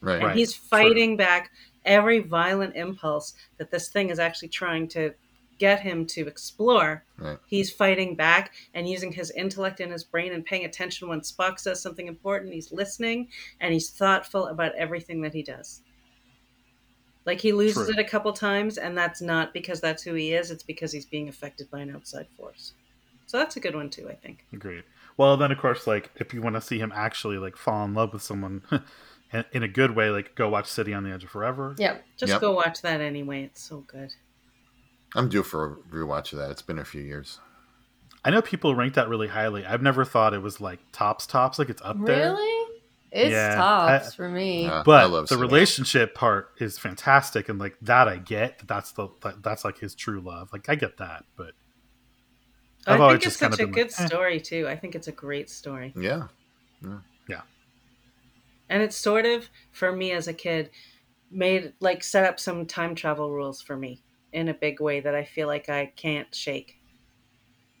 Right.
and
Right.
he's fighting back every violent impulse that this thing is actually trying to get him to explore
Right.
he's fighting back and using his intellect and his brain and paying attention when Spock says something important. He's listening and he's thoughtful about everything that he does. Like he loses
True.
it a couple times, and that's not because that's who he is, it's because he's being affected by an outside force. So that's a good one, too, I think.
Agreed. Well, then of course, like if you want to see him actually like fall in love with someone in- in a good way, like go watch City on the Edge of Forever.
yeah
Just
Yep.
go watch that anyway. It's so good.
I'm due for a rewatch of that. It's been a few years.
I know people rank that really highly. I've never thought it was like tops tops, like it's up there.
Really? It's
Yeah,
tops
I-
for me.
Uh, I
But
love
the
Sinner.
relationship part is fantastic, and like that I get. that That's the that, that's like his true love. Like I get that, but
I
I've always
think it's
just kind
such
of
a
been
good
like, eh.
story too. I think it's a great story,
Yeah.
and it's sort of for me as a kid made like set up some time travel rules for me in a big way that I feel like I can't shake.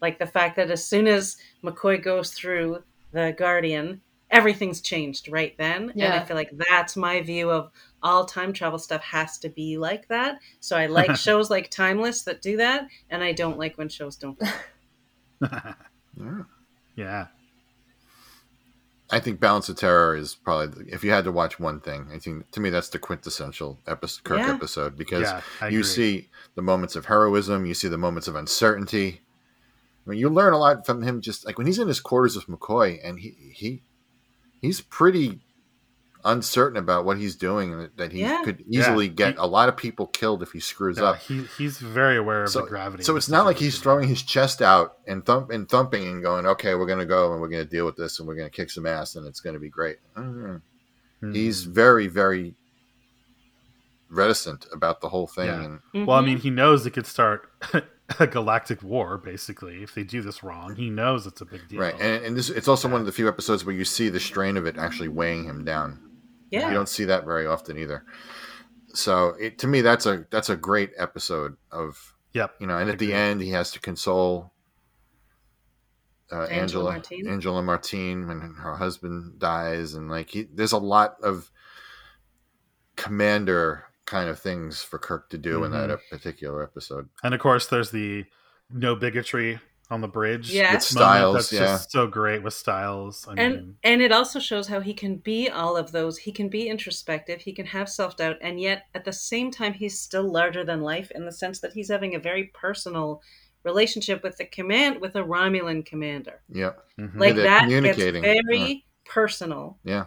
Like the fact that as soon as McCoy goes through the Guardian, everything's changed right then, and I
Yeah.
feel like that's my view of all time travel stuff has to be like that. So I like shows like Timeless that do that, and I don't like when shows don't.
Yeah.
yeah,
I think Balance of Terror is probably if you had to watch one thing, I think to me that's the quintessential episode, Kirk
Yeah.
episode because
yeah. I
you
agree.
see the moments of heroism, you see the moments of uncertainty. I mean, you learn a lot from him. Just like when he's in his quarters with McCoy, and he he he's pretty uncertain about what he's doing, and that he
Yeah.
could
Yeah.
easily get
He-
a lot of people killed if he screws
No,
up.
he he's very aware of
So-
the gravity.
So
of
it's
the
not like he's
situation.
throwing his chest out and thump and thumping and going, "Okay, we're gonna go and we're gonna deal with this and we're gonna kick some ass and it's gonna be great." Mm.
Mhm.
He's very, very reticent about the whole thing.
Yeah.
And
Hmm. Well, I mean, he knows it could start a galactic war, basically, if they do this wrong. He knows it's a big deal.
Right, and, and this it's also one of the few episodes where you see the strain of it actually weighing him down.
Mm-hmm. yeah,
You don't see that very often either. So it, to me, that's a that's a great episode of
Yep.
you know. And at the
Agreed.
end, he has to console uh,
Angela
Angela
Martine.
Angela Martine when her husband dies, and like he, there's a lot of commander kind of things for Kirk to do in that
Mhm.
ep- particular episode.
And of course, there's the no bigotry on the bridge.
Yeah.
With
That's
moment
Styles,
that's
yeah,
just so great with Styles. I
and
mean,
and it also shows how he can be all of those he can be introspective he can have self-doubt and yet at the same time he's still larger than life in the sense that he's having a very personal relationship with the command with a romulan commander
yeah,
mhm.
like
they're
that gets
communicating,
very personal
yeah.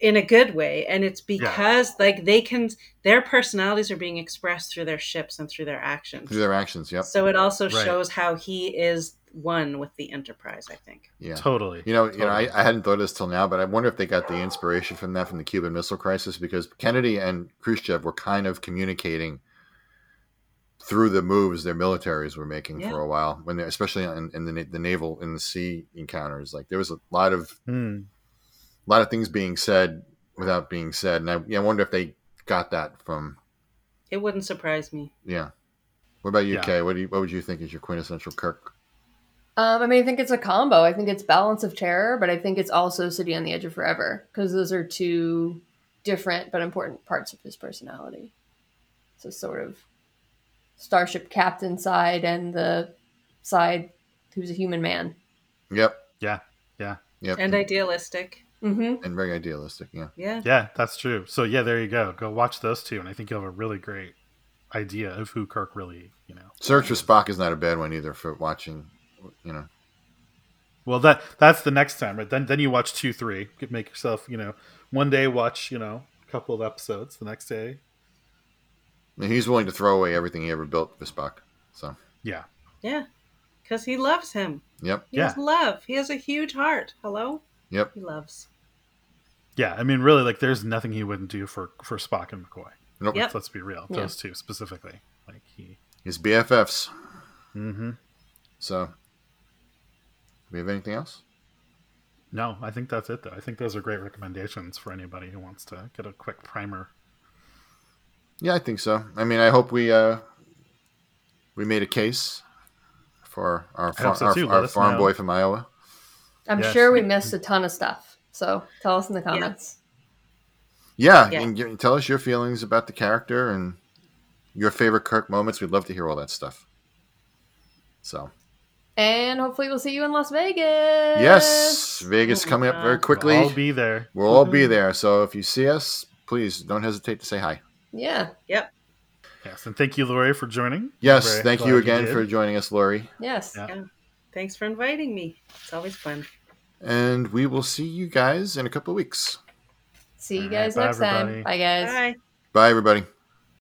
in a good way and it's because like they can their personalities are being expressed through their ships and through their actions
Through their actions, yep,
so it also
Right.
shows how he is one with the enterprise i think
yeah.
totally.
You know, you know,
Totally.
I, I hadn't thought of this till now, but I wonder if they got the inspiration from that from the Cuban Missile Crisis because Kennedy and Khrushchev were kind of communicating through the moves their militaries were making
Yeah.
for a while when they're especially in, in the, na- the naval in the sea encounters like there was a lot of
Hmm.
a lot of things being said without being said and I, yeah, I wonder if they got that from
it wouldn't surprise me
yeah what about you
Yeah.
Kay what do you what would you think is your quintessential Kirk
Um, I mean, I think it's a combo. I think it's Balance of Terror, but I think it's also City on the Edge of Forever because those are two different but important parts of his personality. So, sort of starship captain side and the side who's a human man.
yep
Yeah, yeah.
yep
and idealistic
hmm
and very idealistic yeah
yeah
Yeah, that's true. So, yeah, there you go. Go watch those two, and I think you'll have a really great idea of who Kirk really, you know.
Search for Spock is not a bad one either for watching you know
Well, that that's the next time, right? Then then you watch two, three. Get- Make yourself, you know, one day watch, you know, a couple of episodes. The next day,
I mean, he's willing to throw away everything he ever built for Spock. So,
yeah,
Yeah, because he loves him.
yep,
He
Yeah.
has love. He has a huge heart. Hello?
yep,
He loves.
yeah. I mean, really, like, there's nothing he wouldn't do for for Spock and McCoy.
nope.
Yep.
Let's, let's be real.
Yeah.
Those two specifically. Like he.
His BFFs.
Mm-hmm.
So, do we have anything else?
No, I think that's it though. I think those are great recommendations for anybody who wants to get a quick primer.
Yeah, I think so. I mean, I hope we uh we made a case for our far,
hope so,
our,
too. Let
our
us
farm
know.
boy from Iowa.
I'm
Yes.
sure we missed a ton of stuff. So, tell us in the comments.
Yeah,
Yeah.
and you, tell us your feelings about the character and your favorite Kirk moments. We'd love to hear all that stuff. So,
And hopefully, we'll see you in Las Vegas.
yes, Vegas
Oh my
coming up very
God.
quickly.
I'll be there.
we'll all
Mm-hmm.
be there. So, if you see us, please don't hesitate to say hi.
Yeah.
Yep.
Yes, and thank you, Lori, for joining.
Yes,
Very
thank
glad
you again
did.
for joining us, Lori.
Yes.
Yeah.
Thanks for inviting me. It's always fun.
And we will see you guys in a couple of weeks.
See you
All right,
guys
bye,
next
everybody.
time. Bye, guys.
Bye.
Bye, everybody.